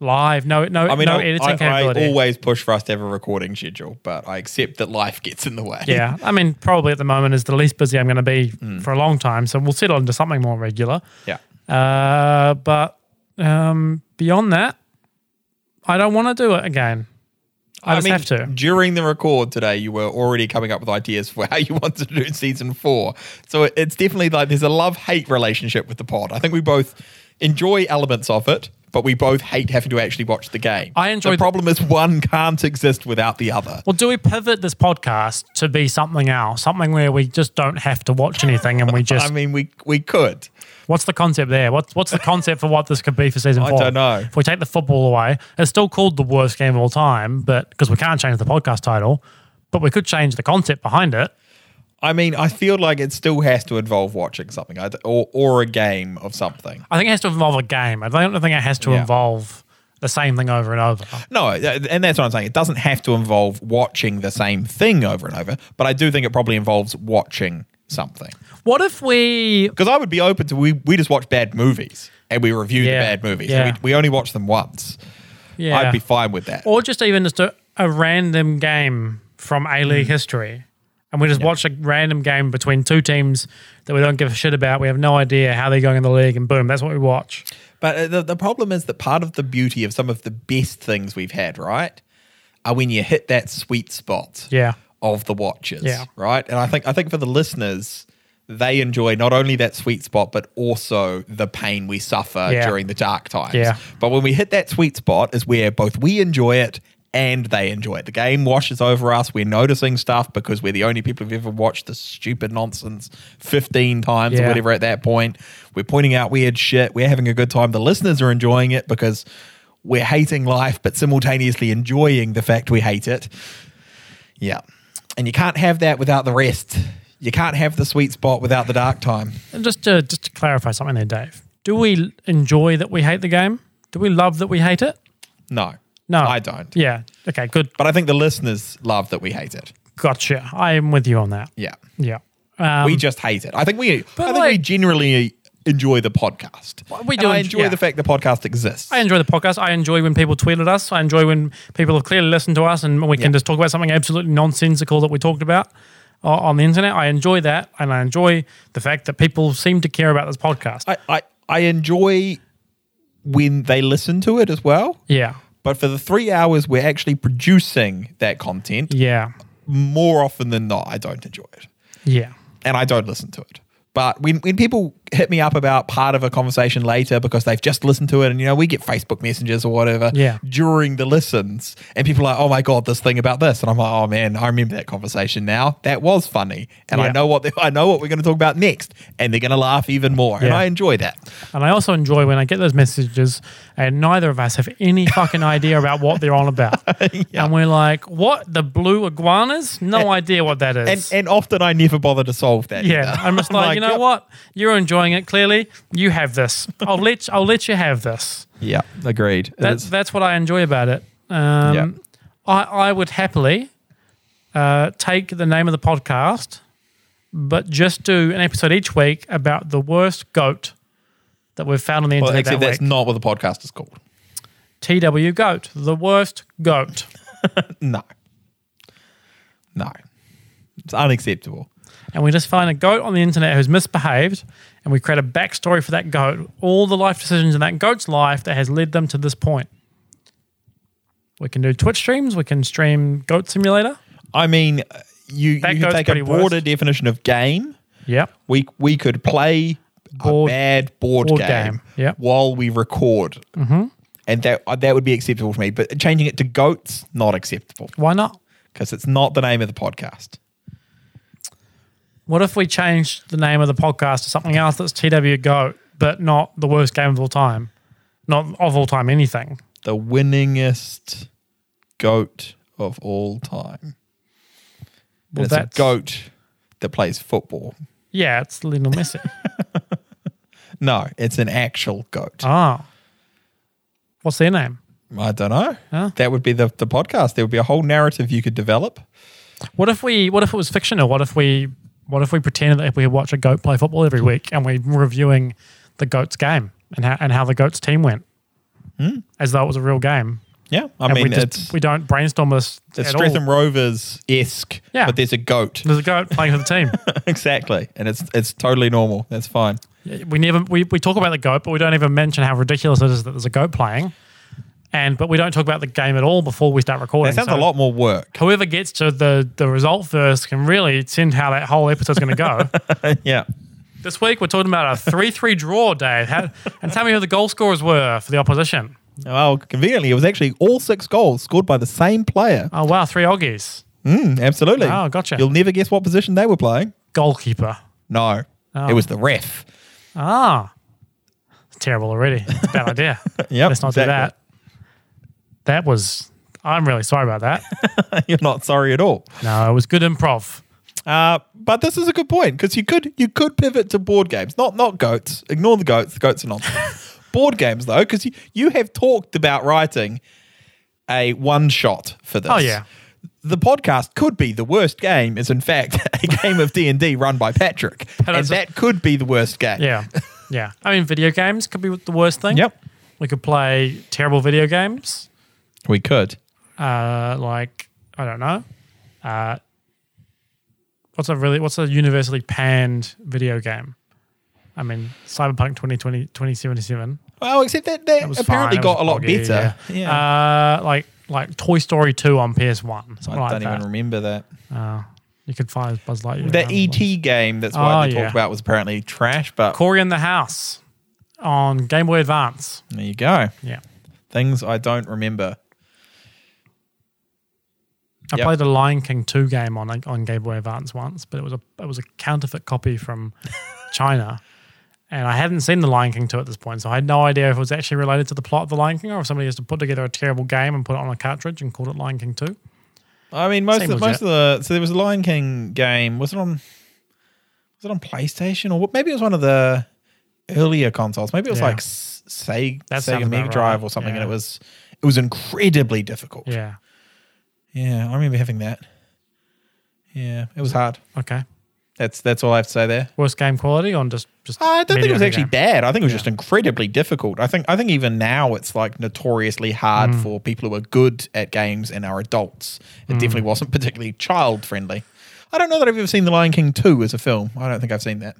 [SPEAKER 2] live, no no,
[SPEAKER 3] I mean,
[SPEAKER 2] no
[SPEAKER 3] I,
[SPEAKER 2] editing
[SPEAKER 3] I- I
[SPEAKER 2] capability.
[SPEAKER 3] always push for us to have a recording schedule, but I accept that life gets in the way.
[SPEAKER 2] yeah, I mean, probably at the moment is the least busy I'm going to be
[SPEAKER 3] Mm.
[SPEAKER 2] for a long time. So we'll settle into something more regular.
[SPEAKER 3] Yeah.
[SPEAKER 2] Uh, but um, beyond that, I don't want to do it again. I, just have to.
[SPEAKER 3] During the record today, you were already coming up with ideas for how you want to do season four. So it- it's definitely like there's a love hate relationship with the pod. I think we both enjoy elements of it, but we both hate having to actually watch the game.
[SPEAKER 2] I enjoy
[SPEAKER 3] The
[SPEAKER 2] the-
[SPEAKER 3] problem is one can't exist without the other.
[SPEAKER 2] Well, do we pivot this podcast to be something else, something where we just don't have to watch anything and we just?
[SPEAKER 3] I mean, we we could.
[SPEAKER 2] what's the concept there? What's what's the concept for what this could be for season
[SPEAKER 3] I
[SPEAKER 2] four?
[SPEAKER 3] don't know.
[SPEAKER 2] If we take the football away, it's still called the worst game of all time, but because we can't change the podcast title, but we could change the concept behind it.
[SPEAKER 3] I mean, I feel like it still has to involve watching something I d- or or a game of something.
[SPEAKER 2] I think it has to involve a game. I don't think it has to
[SPEAKER 3] Yeah.
[SPEAKER 2] involve the same thing over and over.
[SPEAKER 3] No, th- and that's what I'm saying. It doesn't have to involve watching the same thing over and over, but I do think it probably involves watching something.
[SPEAKER 2] What if we
[SPEAKER 3] Because I would be open to we we just watch bad movies and we review
[SPEAKER 2] Yeah,
[SPEAKER 3] the bad movies.
[SPEAKER 2] yeah.
[SPEAKER 3] We, we only watch them once.
[SPEAKER 2] yeah.
[SPEAKER 3] I'd be fine with that.
[SPEAKER 2] or just even just a, a random game from A League
[SPEAKER 3] Hmm.
[SPEAKER 2] history, and we just watch a random game between two teams that we don't give a shit about. We have no idea how they're going in the league, and boom, that's what we watch.
[SPEAKER 3] But uh, the, the problem is that part of the beauty of some of the best things we've had, right, are when you hit that sweet spot
[SPEAKER 2] Yeah.
[SPEAKER 3] of the watches,
[SPEAKER 2] Yeah.
[SPEAKER 3] right? And I think I think for the listeners, they enjoy not only that sweet spot but also the pain we suffer
[SPEAKER 2] Yeah.
[SPEAKER 3] during the dark times.
[SPEAKER 2] Yeah.
[SPEAKER 3] But when we hit that sweet spot, is where both we enjoy it. And they enjoy it. The game washes over us. We're noticing stuff because we're the only people who've ever watched this stupid nonsense 15 times or
[SPEAKER 2] Yeah.
[SPEAKER 3] whatever at that point. We're pointing out weird shit. We're having a good time. The listeners are enjoying it because we're hating life, but simultaneously enjoying the fact we hate it. Yeah. And you can't have that without the rest. You can't have the sweet spot without the dark time.
[SPEAKER 2] And just to just to clarify something there, Dave, do we enjoy that we hate the game? Do we love that we hate it?
[SPEAKER 3] No.
[SPEAKER 2] No,
[SPEAKER 3] I don't.
[SPEAKER 2] Yeah. Okay. Good.
[SPEAKER 3] But I think the listeners love that we hate it.
[SPEAKER 2] Gotcha. I am with you on that.
[SPEAKER 3] Yeah.
[SPEAKER 2] Yeah. Um,
[SPEAKER 3] we just hate it. I think we I think we
[SPEAKER 2] like-
[SPEAKER 3] generally enjoy the podcast.
[SPEAKER 2] we
[SPEAKER 3] And
[SPEAKER 2] do
[SPEAKER 3] I
[SPEAKER 2] en-
[SPEAKER 3] enjoy
[SPEAKER 2] yeah.
[SPEAKER 3] the fact the podcast exists.
[SPEAKER 2] I enjoy the podcast. I enjoy when people tweet at us. I enjoy when people have clearly listened to us and we can
[SPEAKER 3] Yeah.
[SPEAKER 2] just talk about something absolutely nonsensical that we talked about o- on the internet. I enjoy that. And I enjoy the fact that people seem to care about this podcast.
[SPEAKER 3] I, I, I enjoy when they listen to it as well.
[SPEAKER 2] yeah.
[SPEAKER 3] But for the three hours we're actually producing that content,
[SPEAKER 2] Yeah.
[SPEAKER 3] more often than not, I don't enjoy it.
[SPEAKER 2] Yeah.
[SPEAKER 3] and I don't listen to it. But when, when people hit me up about part of a conversation later because they've just listened to it, and you know, we get Facebook messengers or whatever
[SPEAKER 2] Yeah.
[SPEAKER 3] during the listens, and people are like, oh my God, this thing about this. And I'm like, oh man, I remember that conversation now. That was funny. And I
[SPEAKER 2] Yeah.
[SPEAKER 3] know what they, I know what we're going to talk about next. And they're going to laugh even more. And
[SPEAKER 2] Yeah.
[SPEAKER 3] I enjoy that.
[SPEAKER 2] And I also enjoy when I get those messages and neither of us have any fucking idea about what they're on about. And we're like, what? The blue iguanas? No idea what that is.
[SPEAKER 3] And, and often I never bother to solve that.
[SPEAKER 2] yeah,
[SPEAKER 3] either.
[SPEAKER 2] I'm just like, you know
[SPEAKER 3] yep.
[SPEAKER 2] what? You're enjoying it clearly. You have this. I'll let I'll let you have this.
[SPEAKER 3] Yeah, agreed. It
[SPEAKER 2] That's
[SPEAKER 3] is.
[SPEAKER 2] that's what I enjoy about it. Um,
[SPEAKER 3] Yeah.
[SPEAKER 2] I I would happily uh, take the name of the podcast but just do an episode each week about the worst goat that we've found on the
[SPEAKER 3] Well,
[SPEAKER 2] internet
[SPEAKER 3] except
[SPEAKER 2] that
[SPEAKER 3] that's
[SPEAKER 2] week.
[SPEAKER 3] not what the podcast is called.
[SPEAKER 2] TW goat, the worst goat.
[SPEAKER 3] No. No. It's unacceptable.
[SPEAKER 2] and we just find a goat on the internet who's misbehaved, and we create a backstory for that goat, all the life decisions in that goat's life that has led them to this point. We can do Twitch streams. We can stream Goat Simulator.
[SPEAKER 3] I mean, uh, you, you
[SPEAKER 2] That
[SPEAKER 3] can
[SPEAKER 2] goat's
[SPEAKER 3] take a
[SPEAKER 2] pretty worst.
[SPEAKER 3] broader definition of game.
[SPEAKER 2] Yep.
[SPEAKER 3] We we could play
[SPEAKER 2] Board-
[SPEAKER 3] a bad board,
[SPEAKER 2] board
[SPEAKER 3] game,
[SPEAKER 2] game, yep.
[SPEAKER 3] while we record. Mm-hmm. And that uh, that would be acceptable to me. But changing it to goats, not acceptable
[SPEAKER 2] Why not?
[SPEAKER 3] because it's not the name of the podcast.
[SPEAKER 2] What if we change the name of the podcast to something else that's TW Goat, but not the worst game of all time, not of all time anything?
[SPEAKER 3] The winningest goat of all time. And
[SPEAKER 2] Well,
[SPEAKER 3] it's a
[SPEAKER 2] that's-
[SPEAKER 3] goat that plays football.
[SPEAKER 2] Yeah, it's Lionel Messi.
[SPEAKER 3] No, it's an actual goat.
[SPEAKER 2] ah, what's their name?
[SPEAKER 3] I don't know.
[SPEAKER 2] Huh?
[SPEAKER 3] That would be the, the podcast. There would be a whole narrative you could develop.
[SPEAKER 2] What if we? What if it was fictional? What if we? What if we pretended that we watch a goat play football every week and we're reviewing the goat's game and how and how the goat's team went, as though it was a real game.
[SPEAKER 3] Yeah. Hmm. I
[SPEAKER 2] and
[SPEAKER 3] mean,
[SPEAKER 2] we just
[SPEAKER 3] it's,
[SPEAKER 2] we don't brainstorm this
[SPEAKER 3] it's
[SPEAKER 2] at
[SPEAKER 3] Streatham
[SPEAKER 2] all.
[SPEAKER 3] Rovers esque,
[SPEAKER 2] Yeah.
[SPEAKER 3] but there's a goat.
[SPEAKER 2] There's a goat playing for the team.
[SPEAKER 3] exactly. And it's it's totally normal. That's fine.
[SPEAKER 2] we never we, we talk about the goat, but we don't even mention how ridiculous it is that there's a goat playing. And but we don't talk about the game at all before we start recording.
[SPEAKER 3] That sounds
[SPEAKER 2] So
[SPEAKER 3] a lot more work.
[SPEAKER 2] Whoever gets to the the result first can really send how that whole episode's going to go.
[SPEAKER 3] yeah.
[SPEAKER 2] This week we're talking about a three-three draw, Dave. How, and tell me who the goal scorers were for the opposition.
[SPEAKER 3] Well, conveniently, it was actually all six goals scored by the same player.
[SPEAKER 2] Oh wow, three oggies.
[SPEAKER 3] Mm, absolutely.
[SPEAKER 2] Oh, gotcha.
[SPEAKER 3] You'll never guess what position they were playing.
[SPEAKER 2] Goalkeeper.
[SPEAKER 3] No, it was the ref.
[SPEAKER 2] Ah, it's terrible already. It's a bad idea.
[SPEAKER 3] Yep,
[SPEAKER 2] let's not
[SPEAKER 3] exactly.
[SPEAKER 2] do that. That was. I'm really sorry about that.
[SPEAKER 3] You're not sorry at all.
[SPEAKER 2] No, it was good improv.
[SPEAKER 3] Uh, but this is a good point because you could you could pivot to board games, not not goats. Ignore the goats. The goats are not board games though, because you, you have talked about writing a one shot for this.
[SPEAKER 2] Oh, yeah.
[SPEAKER 3] The podcast could be the worst game. Is in fact a game of D and D run by Patrick, and
[SPEAKER 2] that's-
[SPEAKER 3] that could be the worst game.
[SPEAKER 2] Yeah, yeah. I mean, video games could be the worst thing.
[SPEAKER 3] Yep.
[SPEAKER 2] We could play terrible video games,
[SPEAKER 3] we could.
[SPEAKER 2] uh, like I don't know. Uh, what's a really what's a universally panned video game? I mean, Cyberpunk 2020, 2077.
[SPEAKER 3] Well, except that that,
[SPEAKER 2] It was
[SPEAKER 3] apparently
[SPEAKER 2] fine, it was
[SPEAKER 3] got a lot
[SPEAKER 2] boggy,
[SPEAKER 3] better.
[SPEAKER 2] Yeah. Uh, like like Toy Story 2 on PS1. Something
[SPEAKER 3] I
[SPEAKER 2] like
[SPEAKER 3] don't
[SPEAKER 2] that.
[SPEAKER 3] even remember that.
[SPEAKER 2] you could find Buzz Lightyear.
[SPEAKER 3] The E
[SPEAKER 2] around
[SPEAKER 3] ET game that's widely
[SPEAKER 2] Oh, yeah.
[SPEAKER 3] talked about was apparently trash, but
[SPEAKER 2] Corey in the House on Game Boy Advance.
[SPEAKER 3] there you go.
[SPEAKER 2] Yeah.
[SPEAKER 3] Things I don't remember.
[SPEAKER 2] I
[SPEAKER 3] Yep.
[SPEAKER 2] played a Lion King two game on on Game Boy Advance once, but it was a it was a counterfeit copy from China, and I hadn't seen the Lion King two at this point, so I had no idea if it was actually related to the plot of the Lion King or if somebody just put together a terrible game and put it on a cartridge and called it Lion King two.
[SPEAKER 3] I mean, most
[SPEAKER 2] Same
[SPEAKER 3] of, the-
[SPEAKER 2] legit.
[SPEAKER 3] most of the so there was a Lion King game. Was it on? Was it on PlayStation or what? Maybe it was one of the earlier consoles. Maybe it was
[SPEAKER 2] Yeah.
[SPEAKER 3] like like S- Sega,
[SPEAKER 2] That sounds
[SPEAKER 3] Sega
[SPEAKER 2] about
[SPEAKER 3] Mega Drive
[SPEAKER 2] right.
[SPEAKER 3] or something,
[SPEAKER 2] Yeah.
[SPEAKER 3] and it was it was incredibly difficult.
[SPEAKER 2] Yeah.
[SPEAKER 3] Yeah, I remember having that. Yeah, it was hard.
[SPEAKER 2] Okay.
[SPEAKER 3] That's that's all I have to say there.
[SPEAKER 2] Worst game quality on just just.
[SPEAKER 3] Uh, I don't think it was
[SPEAKER 2] mediocre
[SPEAKER 3] actually
[SPEAKER 2] game?
[SPEAKER 3] bad. I think it was just incredibly difficult. I think I think even now it's like notoriously hard
[SPEAKER 2] Mm.
[SPEAKER 3] for people who are good at games and are adults. It definitely wasn't particularly child friendly. I don't know that I've ever seen The Lion King two as a film. I don't think I've seen that.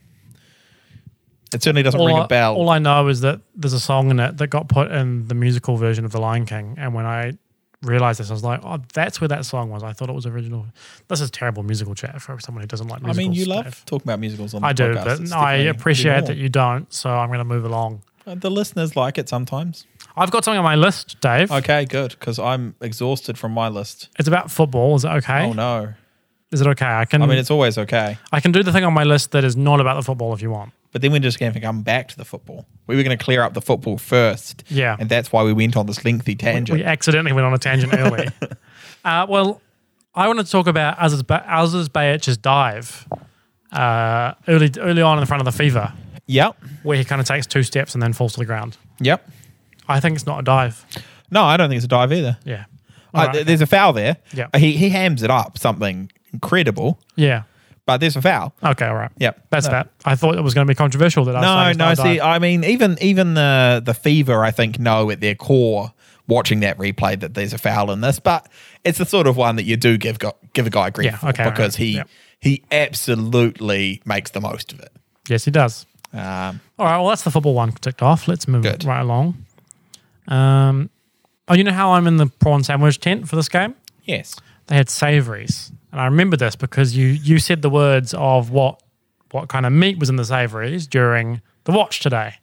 [SPEAKER 3] It certainly doesn't ring
[SPEAKER 2] All
[SPEAKER 3] a
[SPEAKER 2] I,
[SPEAKER 3] bell.
[SPEAKER 2] all I know is that there's a song in it that got put in the musical version of The Lion King, and when I realized this, I was like, "Oh, that's where that song was." I thought it was original. This is terrible musical chat for someone who doesn't like
[SPEAKER 3] I
[SPEAKER 2] musicals.
[SPEAKER 3] mean, you love
[SPEAKER 2] Dave.
[SPEAKER 3] talking about musicals on the
[SPEAKER 2] I do,
[SPEAKER 3] podcast. It's
[SPEAKER 2] but I
[SPEAKER 3] definitely-
[SPEAKER 2] appreciate
[SPEAKER 3] do
[SPEAKER 2] that you don't. So I'm going to move along.
[SPEAKER 3] more. The listeners like it sometimes.
[SPEAKER 2] I've got something on my list, Dave.
[SPEAKER 3] Okay, good because I'm exhausted from my list.
[SPEAKER 2] It's about football. Is it okay?
[SPEAKER 3] Oh no!
[SPEAKER 2] Is it okay? I can.
[SPEAKER 3] I mean, it's always okay.
[SPEAKER 2] I can do the thing on my list that is not about the football if you want.
[SPEAKER 3] But then we're just going to come back to the football. We were going to clear up the football first.
[SPEAKER 2] Yeah.
[SPEAKER 3] And that's why we went on this lengthy tangent.
[SPEAKER 2] We accidentally went on a tangent early. uh, well, I want to talk about Aziz Ba- Aziz Bayech's dive uh, early early on in the front of the fever,
[SPEAKER 3] yep.
[SPEAKER 2] where he kind of takes two steps and then falls to the ground.
[SPEAKER 3] Yep.
[SPEAKER 2] I think it's not a dive.
[SPEAKER 3] No, I don't think it's a dive either.
[SPEAKER 2] Yeah.
[SPEAKER 3] Uh,
[SPEAKER 2] Alright.
[SPEAKER 3] th- There's a foul there.
[SPEAKER 2] Yeah.
[SPEAKER 3] He, he hams it up something incredible.
[SPEAKER 2] yeah.
[SPEAKER 3] but there's a foul.
[SPEAKER 2] Okay, all right.
[SPEAKER 3] Yep.
[SPEAKER 2] That's
[SPEAKER 3] No.
[SPEAKER 2] that. I thought it was going to be controversial that
[SPEAKER 3] No,
[SPEAKER 2] I
[SPEAKER 3] no. See, I mean, even even the the fever, I think, know at their core, watching that replay, that there's a foul in this. But it's the sort of one that you do give go- give a guy grief
[SPEAKER 2] Yeah,
[SPEAKER 3] for
[SPEAKER 2] okay, all
[SPEAKER 3] because
[SPEAKER 2] right.
[SPEAKER 3] he
[SPEAKER 2] Yeah.
[SPEAKER 3] he absolutely makes the most of it.
[SPEAKER 2] yes, he does.
[SPEAKER 3] Um,
[SPEAKER 2] All right. Well, that's the football one ticked off. Let's move
[SPEAKER 3] Good.
[SPEAKER 2] right along. Um, oh, you know how I'm in the prawn sandwich tent for this game?
[SPEAKER 3] yes.
[SPEAKER 2] They had savouries, and I remember this because you you said the words of what what kind of meat was in the savouries during the watch today.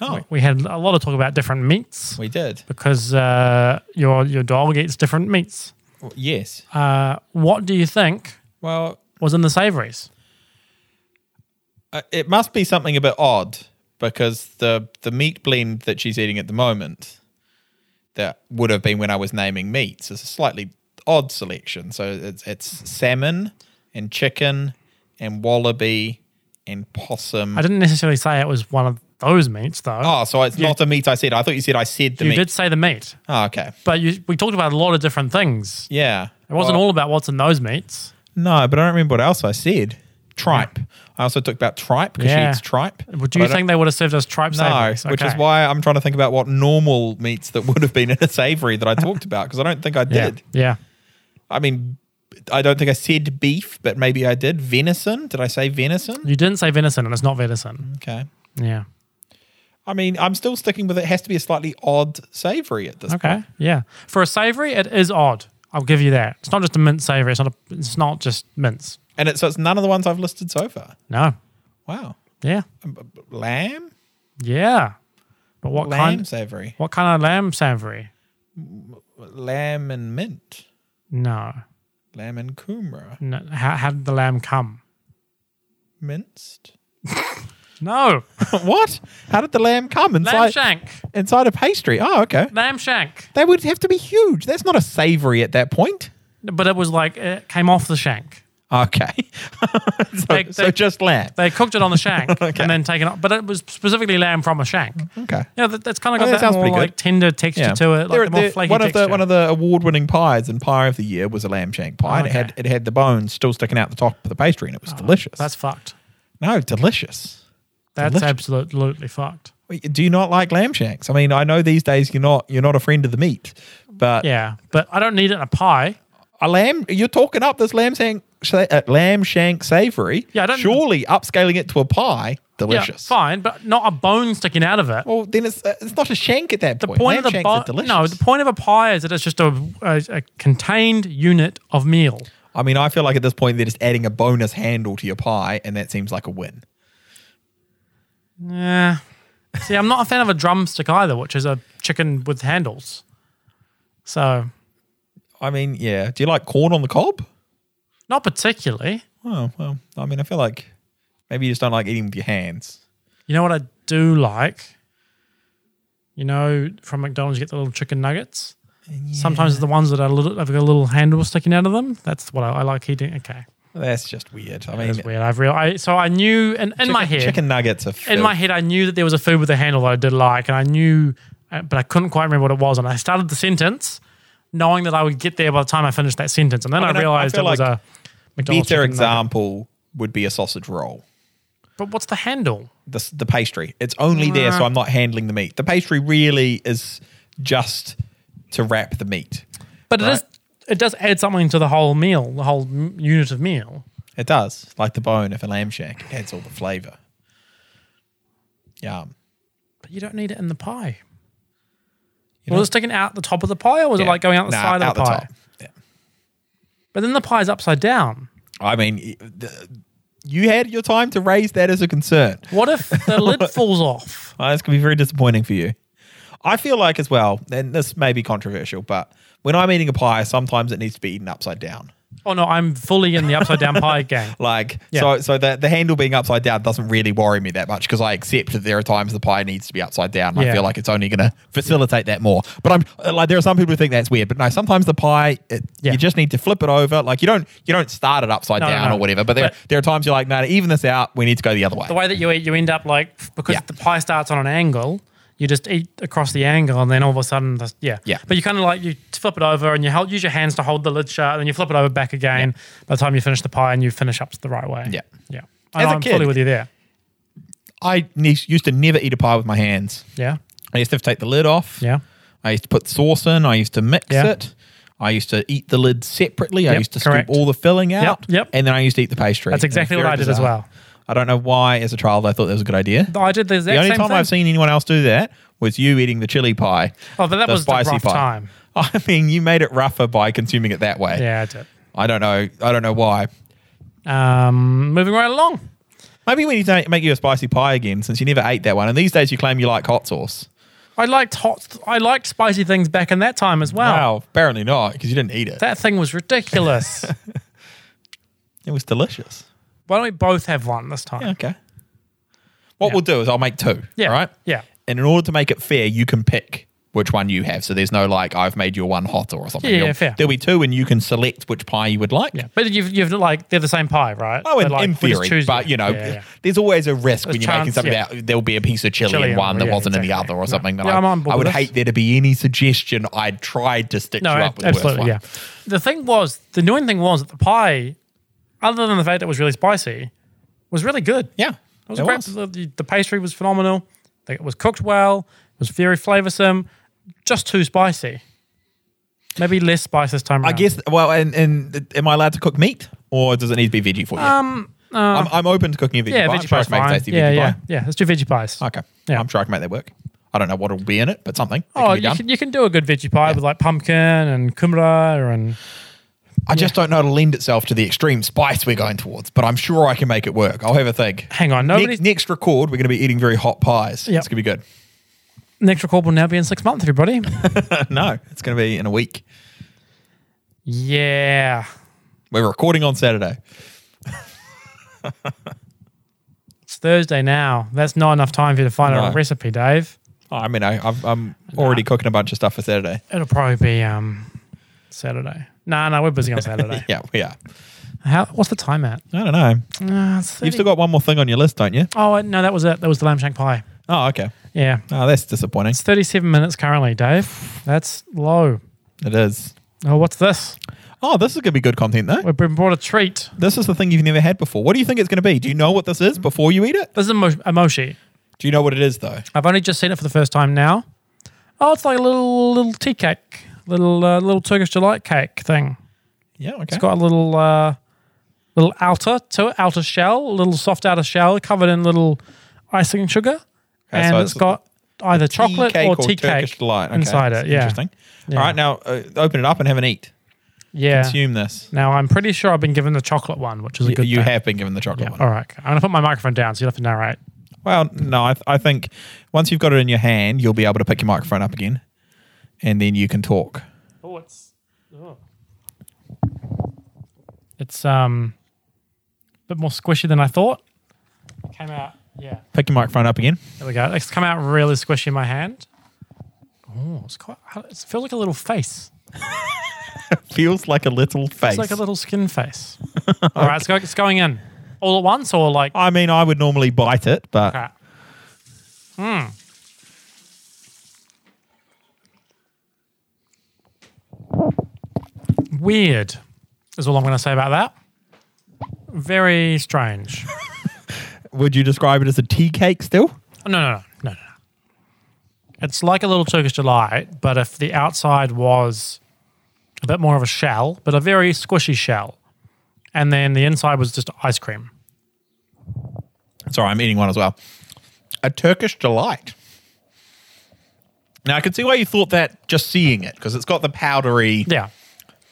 [SPEAKER 3] Oh, we,
[SPEAKER 2] We had a lot of talk about different meats
[SPEAKER 3] did.
[SPEAKER 2] because uh, your your dog eats different meats.
[SPEAKER 3] W- Yes.
[SPEAKER 2] Uh, what do you think
[SPEAKER 3] well,
[SPEAKER 2] was in the savouries?
[SPEAKER 3] uh, it must be something a bit odd because the the meat blend that she's eating at the moment that would have been when I was naming meats is a slightly odd selection. So it's it's salmon and chicken and wallaby and possum.
[SPEAKER 2] I didn't necessarily say it was one of those meats though.
[SPEAKER 3] oh, so it's not a meat I said. I thought you said I said the
[SPEAKER 2] you
[SPEAKER 3] meat.
[SPEAKER 2] did say the meat,
[SPEAKER 3] Oh, okay.
[SPEAKER 2] but you, we talked about a lot of different things.
[SPEAKER 3] Yeah.
[SPEAKER 2] It wasn't all about what's in those meats.
[SPEAKER 3] No, but I don't remember what else I said. Tripe. I also talked about tripe because
[SPEAKER 2] Yeah.
[SPEAKER 3] she eats tripe.
[SPEAKER 2] Would
[SPEAKER 3] But
[SPEAKER 2] you
[SPEAKER 3] I don't-
[SPEAKER 2] think they would have served us tripe
[SPEAKER 3] No,
[SPEAKER 2] savouries?
[SPEAKER 3] which is
[SPEAKER 2] Okay.
[SPEAKER 3] why I'm trying to think about what normal meats that would have been in a savory that I talked about because I don't think I
[SPEAKER 2] Yeah.
[SPEAKER 3] did.
[SPEAKER 2] Yeah.
[SPEAKER 3] I mean, I don't think I said beef, but maybe I did. Venison? Did I say venison?
[SPEAKER 2] You didn't say venison, and it's not venison.
[SPEAKER 3] Okay.
[SPEAKER 2] Yeah.
[SPEAKER 3] I mean, I'm still sticking with it. Has to be a slightly odd savory at this
[SPEAKER 2] Okay. Yeah. For a savory, it is odd. I'll give you that. It's not just a mince savory. It's not. A, it's not just mince.
[SPEAKER 3] And it, so it's none of the ones I've listed so far.
[SPEAKER 2] No.
[SPEAKER 3] Wow.
[SPEAKER 2] Yeah.
[SPEAKER 3] Um, b- b- Lamb?
[SPEAKER 2] Yeah. But what
[SPEAKER 3] lamb
[SPEAKER 2] kind?
[SPEAKER 3] savory.
[SPEAKER 2] What kind of lamb savory?
[SPEAKER 3] Lamb and mint.
[SPEAKER 2] No.
[SPEAKER 3] Lamb and kumra.
[SPEAKER 2] no. How, how did the lamb come?
[SPEAKER 3] Minced?
[SPEAKER 2] No.
[SPEAKER 3] what? How did the lamb come
[SPEAKER 2] Lamb
[SPEAKER 3] inside,
[SPEAKER 2] shank.
[SPEAKER 3] inside a pastry? Oh, okay.
[SPEAKER 2] Lamb shank.
[SPEAKER 3] They would have to be huge. That's not a savory at that point.
[SPEAKER 2] But it was like it came off the shank.
[SPEAKER 3] Okay. so,
[SPEAKER 2] They- they-
[SPEAKER 3] so just lamb.
[SPEAKER 2] They cooked it on the shank
[SPEAKER 3] Okay.
[SPEAKER 2] and then taken off. But it was specifically lamb from a shank.
[SPEAKER 3] Okay.
[SPEAKER 2] Yeah, that, that's kind of got
[SPEAKER 3] Oh, that
[SPEAKER 2] that,
[SPEAKER 3] sounds
[SPEAKER 2] more
[SPEAKER 3] pretty good.
[SPEAKER 2] like tender texture to it, like
[SPEAKER 3] They're-
[SPEAKER 2] the more
[SPEAKER 3] they're-
[SPEAKER 2] flaky
[SPEAKER 3] one of
[SPEAKER 2] texture.
[SPEAKER 3] the one of the award-winning pies and pie of the year was a lamb shank pie. and
[SPEAKER 2] Okay. Oh,
[SPEAKER 3] It had it had the bones still sticking out the top of the pastry, and it was delicious.
[SPEAKER 2] that's fucked.
[SPEAKER 3] no, delicious.
[SPEAKER 2] That's
[SPEAKER 3] Delicious.
[SPEAKER 2] absolutely fucked.
[SPEAKER 3] Wait, Do you not like lamb shanks? I mean, I know these days you're not you're not a friend of the meat, but
[SPEAKER 2] Yeah, but I don't need it in a pie.
[SPEAKER 3] a lamb you're talking up this lamb shank sa- uh, lamb shank savory.
[SPEAKER 2] Yeah, I don't-
[SPEAKER 3] surely upscaling it to a pie, delicious.
[SPEAKER 2] Yeah, fine, but not a bone sticking out of it.
[SPEAKER 3] Well, then it's uh, it's not a shank at that
[SPEAKER 2] the
[SPEAKER 3] point.
[SPEAKER 2] point
[SPEAKER 3] lamb
[SPEAKER 2] of the
[SPEAKER 3] shanks are
[SPEAKER 2] bo-
[SPEAKER 3] delicious.
[SPEAKER 2] no, the point of a pie is that it's just a, a, a contained unit of meal.
[SPEAKER 3] I mean, I feel like at this point they're just adding a bonus handle to your pie, and that seems like a win.
[SPEAKER 2] Yeah. See, I'm not a fan of a drumstick either, which is a chicken with handles. So,
[SPEAKER 3] I mean, yeah. Do you like corn on the cob?
[SPEAKER 2] not particularly.
[SPEAKER 3] Oh, well, I mean, I feel like maybe you just don't like eating with your hands.
[SPEAKER 2] You know what I do like? You know, from McDonald's you get the little chicken nuggets. Sometimes the ones that are little, have got a little handle sticking out of them. That's what I, I like eating. Okay,
[SPEAKER 3] That's just weird. I mean,
[SPEAKER 2] that's weird. I've real. I, so I knew, and in
[SPEAKER 3] chicken-
[SPEAKER 2] my head,
[SPEAKER 3] chicken nuggets are
[SPEAKER 2] in my head, I knew that there was a food with a handle that I did like, and I knew, uh, but I couldn't quite remember what it was. And I started the sentence, knowing that I would get there by the time I finished that sentence, and then I,
[SPEAKER 3] mean, I- I
[SPEAKER 2] realized
[SPEAKER 3] feel
[SPEAKER 2] it was
[SPEAKER 3] like
[SPEAKER 2] a McDonald's
[SPEAKER 3] Better
[SPEAKER 2] chicken nugget.
[SPEAKER 3] example would be a sausage roll.
[SPEAKER 2] But what's the handle?
[SPEAKER 3] The, s- the pastry. It's only there, so I'm not handling the meat. The pastry really is just to wrap the meat.
[SPEAKER 2] But it
[SPEAKER 3] Right.
[SPEAKER 2] is. It does add something to the whole meal, the whole m- unit of meal.
[SPEAKER 3] It does, like the bone of a lamb shank. It adds all the flavor. Yum.
[SPEAKER 2] But you don't need it in the pie.
[SPEAKER 3] You
[SPEAKER 2] was
[SPEAKER 3] know-
[SPEAKER 2] it sticking out the top of the pie, or was it
[SPEAKER 3] Yeah.
[SPEAKER 2] like going out the
[SPEAKER 3] Nah,
[SPEAKER 2] side
[SPEAKER 3] out
[SPEAKER 2] of the pie?
[SPEAKER 3] top. Yeah.
[SPEAKER 2] But then the pie's upside down.
[SPEAKER 3] I mean, y- the- you had your time to raise that as a concern.
[SPEAKER 2] What if the lid falls off?
[SPEAKER 3] Uh, this could be very disappointing for you. I feel like as well, and this may be controversial, but when I'm eating a pie, sometimes it needs to be eaten upside down.
[SPEAKER 2] Oh no, I'm fully in the upside down pie gang.
[SPEAKER 3] Like
[SPEAKER 2] Yeah.
[SPEAKER 3] so, so the the handle being upside down doesn't really worry me that much because I accept that there are times the pie needs to be upside down. and
[SPEAKER 2] Yeah.
[SPEAKER 3] I feel like it's only going to facilitate that more. But I'm uh, like, there are some people who think that's weird, but no, sometimes the pie it,
[SPEAKER 2] Yeah.
[SPEAKER 3] you just need to flip it over. Like you don't you don't start it upside
[SPEAKER 2] No, no,
[SPEAKER 3] down
[SPEAKER 2] no.
[SPEAKER 3] or whatever. But there
[SPEAKER 2] But-
[SPEAKER 3] there are times you're like, no, to even this out, we need to go the other way.
[SPEAKER 2] The way that you eat, you end up like because
[SPEAKER 3] Yeah.
[SPEAKER 2] the pie starts on an angle, You just eat across the angle, and then all of a sudden, the, yeah,
[SPEAKER 3] Yeah.
[SPEAKER 2] But you kind of like you flip it over, and you hold, use your hands to hold the lid shut, and then you flip it over back again. By the time you finish the pie, and you finish up the right way.
[SPEAKER 3] Yeah.
[SPEAKER 2] yeah.
[SPEAKER 3] As
[SPEAKER 2] I
[SPEAKER 3] a
[SPEAKER 2] know, I'm
[SPEAKER 3] kid-
[SPEAKER 2] fully with you there.
[SPEAKER 3] I ne- used to never eat a pie with my hands.
[SPEAKER 2] Yeah,
[SPEAKER 3] I used to have to take the lid off.
[SPEAKER 2] yeah.
[SPEAKER 3] I used to put sauce in. I used to mix
[SPEAKER 2] Yeah.
[SPEAKER 3] it. I used to eat the lid separately. I
[SPEAKER 2] Yep,
[SPEAKER 3] used to
[SPEAKER 2] correct.
[SPEAKER 3] scoop all the filling out.
[SPEAKER 2] yep.
[SPEAKER 3] And then I used to eat the pastry.
[SPEAKER 2] That's
[SPEAKER 3] It was
[SPEAKER 2] exactly what
[SPEAKER 3] very
[SPEAKER 2] I did as
[SPEAKER 3] bizarre.
[SPEAKER 2] well.
[SPEAKER 3] I don't know why, as a child, I thought that was a good idea.
[SPEAKER 2] I did the exact
[SPEAKER 3] The only
[SPEAKER 2] same
[SPEAKER 3] time
[SPEAKER 2] thing.
[SPEAKER 3] I've seen anyone else do that was you eating the chili pie.
[SPEAKER 2] Oh, but that was the rough time.
[SPEAKER 3] I mean, you made it rougher by consuming it that way.
[SPEAKER 2] yeah, I did.
[SPEAKER 3] I don't know. I don't know why.
[SPEAKER 2] Um, moving right along.
[SPEAKER 3] Maybe we need to make you a spicy pie again, since you never ate that one. And these days, you claim you like hot sauce.
[SPEAKER 2] I liked hot. I liked spicy things back in that time as well.
[SPEAKER 3] Wow, apparently not, because you didn't eat it.
[SPEAKER 2] Oh. That thing was ridiculous.
[SPEAKER 3] it was delicious.
[SPEAKER 2] Why don't we both have one this time?
[SPEAKER 3] Yeah, okay. What
[SPEAKER 2] Yeah.
[SPEAKER 3] we'll do is I'll make two.
[SPEAKER 2] Yeah.
[SPEAKER 3] All right.
[SPEAKER 2] Yeah.
[SPEAKER 3] And in order to make it fair, you can pick which one you have. So there's no like I've made your one hotter or something.
[SPEAKER 2] Yeah, yeah,
[SPEAKER 3] You'll-
[SPEAKER 2] fair.
[SPEAKER 3] There'll be two, and you can select which pie you would like.
[SPEAKER 2] Yeah. But you've, you've like, they're the same pie, right?
[SPEAKER 3] Oh,
[SPEAKER 2] They're
[SPEAKER 3] in,
[SPEAKER 2] like,
[SPEAKER 3] in
[SPEAKER 2] we just
[SPEAKER 3] theory,
[SPEAKER 2] choose-
[SPEAKER 3] but you know,
[SPEAKER 2] Yeah, yeah, yeah.
[SPEAKER 3] there's always a risk when
[SPEAKER 2] There's
[SPEAKER 3] you're making
[SPEAKER 2] chance,
[SPEAKER 3] something
[SPEAKER 2] yeah.
[SPEAKER 3] out. There'll be a piece of chili,
[SPEAKER 2] Chili
[SPEAKER 3] in
[SPEAKER 2] in
[SPEAKER 3] one
[SPEAKER 2] one,
[SPEAKER 3] that
[SPEAKER 2] yeah,
[SPEAKER 3] wasn't in the
[SPEAKER 2] exactly.
[SPEAKER 3] other or
[SPEAKER 2] No.
[SPEAKER 3] something. that
[SPEAKER 2] Yeah,
[SPEAKER 3] I,
[SPEAKER 2] I'm on board
[SPEAKER 3] I would
[SPEAKER 2] with this.
[SPEAKER 3] hate there to be any suggestion I tried to stitch
[SPEAKER 2] No,
[SPEAKER 3] you up with.
[SPEAKER 2] absolutely.
[SPEAKER 3] the
[SPEAKER 2] Yeah.
[SPEAKER 3] worst one.
[SPEAKER 2] The thing was, the annoying thing was that the pie, other than the fact that it was really spicy, was really good.
[SPEAKER 3] yeah,
[SPEAKER 2] It was great. The, the pastry was phenomenal. It was cooked well. It was very flavoursome. Just too spicy. Maybe less spice this time
[SPEAKER 3] I
[SPEAKER 2] around.
[SPEAKER 3] guess. Well, and and am I allowed to cook meat, or does it need to be veggie for you? Um, I'm, I'm open to cooking a veggie
[SPEAKER 2] uh, Yeah,
[SPEAKER 3] pie. I'm
[SPEAKER 2] veggie
[SPEAKER 3] sure I
[SPEAKER 2] pie's
[SPEAKER 3] can make a
[SPEAKER 2] fine.
[SPEAKER 3] tasty
[SPEAKER 2] Yeah,
[SPEAKER 3] veggie
[SPEAKER 2] yeah,
[SPEAKER 3] pie.
[SPEAKER 2] yeah. Let's do veggie pies.
[SPEAKER 3] Okay,
[SPEAKER 2] Yeah.
[SPEAKER 3] I'm sure I can make that work. I don't know what will be in it, but something. that
[SPEAKER 2] Oh,
[SPEAKER 3] can be
[SPEAKER 2] you
[SPEAKER 3] done.
[SPEAKER 2] can, you can do a good veggie pie with like pumpkin and kumara and
[SPEAKER 3] I just don't know it'll lend itself to the extreme spice we're going towards, but I'm sure I can make it work. I'll have a think.
[SPEAKER 2] Hang on,
[SPEAKER 3] Next-
[SPEAKER 2] nobody's-
[SPEAKER 3] next, record, we're going to be eating very hot pies.
[SPEAKER 2] Yep.
[SPEAKER 3] It's going to be good.
[SPEAKER 2] next record will now be in six months, everybody.
[SPEAKER 3] no, it's going to be in a week.
[SPEAKER 2] yeah.
[SPEAKER 3] We're recording on Saturday.
[SPEAKER 2] It's Thursday now. That's not enough time for you to find out
[SPEAKER 3] No.
[SPEAKER 2] a recipe, Dave.
[SPEAKER 3] I mean, I, I've, I'm already cooking a bunch of stuff for Saturday.
[SPEAKER 2] It'll probably be um Saturday. No, no, we're busy on Saturday.
[SPEAKER 3] Yeah, we are.
[SPEAKER 2] How, what's the time at?
[SPEAKER 3] I don't know.
[SPEAKER 2] Uh, it's
[SPEAKER 3] You've
[SPEAKER 2] 30
[SPEAKER 3] still got one more thing on your list, don't you?
[SPEAKER 2] oh, no, that was it. That was the lamb shank pie.
[SPEAKER 3] Oh, okay.
[SPEAKER 2] Yeah.
[SPEAKER 3] Oh, that's disappointing.
[SPEAKER 2] It's 37 minutes currently, Dave. That's low.
[SPEAKER 3] It is.
[SPEAKER 2] Oh, what's this?
[SPEAKER 3] Oh, this is going to be good content, though.
[SPEAKER 2] We've been brought a treat.
[SPEAKER 3] This is the thing you've never had before. What do you think it's going to be? Do you know what this is before you eat it?
[SPEAKER 2] This is a, mo- a moshi.
[SPEAKER 3] Do you know what it is, though?
[SPEAKER 2] I've only just seen it for the first time now. Oh, it's like a little little tea cake, little uh, little Turkish delight cake thing.
[SPEAKER 3] Yeah, okay.
[SPEAKER 2] It's got a little uh, little outer to it, outer shell, a little soft outer shell covered in little icing sugar, and
[SPEAKER 3] so
[SPEAKER 2] it's
[SPEAKER 3] it's
[SPEAKER 2] got either chocolate
[SPEAKER 3] cake
[SPEAKER 2] or tea
[SPEAKER 3] Turkish
[SPEAKER 2] cake
[SPEAKER 3] delight Okay,
[SPEAKER 2] inside
[SPEAKER 3] that's
[SPEAKER 2] it. Yeah,
[SPEAKER 3] Interesting.
[SPEAKER 2] Yeah.
[SPEAKER 3] All right, now uh, open it up and have an eat.
[SPEAKER 2] yeah.
[SPEAKER 3] Consume this.
[SPEAKER 2] Now I'm pretty sure I've been given the chocolate one, which is a
[SPEAKER 3] You,
[SPEAKER 2] good.
[SPEAKER 3] you
[SPEAKER 2] thing.
[SPEAKER 3] have been given the chocolate
[SPEAKER 2] Yeah.
[SPEAKER 3] one.
[SPEAKER 2] All right, I'm gonna put my microphone down, so you'll have to narrate.
[SPEAKER 3] Well, no, I, th- I think once you've got it in your hand, you'll be able to pick your microphone up again, and then you can talk.
[SPEAKER 2] Oh, it's. It's um, a bit more squishy than I thought. It came out, yeah.
[SPEAKER 3] Pick your microphone up again.
[SPEAKER 2] There we go. It's come out really squishy in my hand. Oh, it's quite. It feels like a little face.
[SPEAKER 3] Feels like a little face.
[SPEAKER 2] It's like a little skin face. All right, it's, go, it's going in all at once or like. oh,
[SPEAKER 3] I mean, I would normally bite it, but
[SPEAKER 2] crap. Hmm. Weird is all I'm going to say about that. Very strange.
[SPEAKER 3] would you describe it as a tea cake still?
[SPEAKER 2] No, no, no, no, no. no. It's like a little Turkish delight, but if the outside was a bit more of a shell, but a very squishy shell, and then the inside was just ice cream.
[SPEAKER 3] Sorry, I'm eating one as well. A Turkish delight. Now I can see why you thought that just seeing it because it's got the powdery.
[SPEAKER 2] Yeah.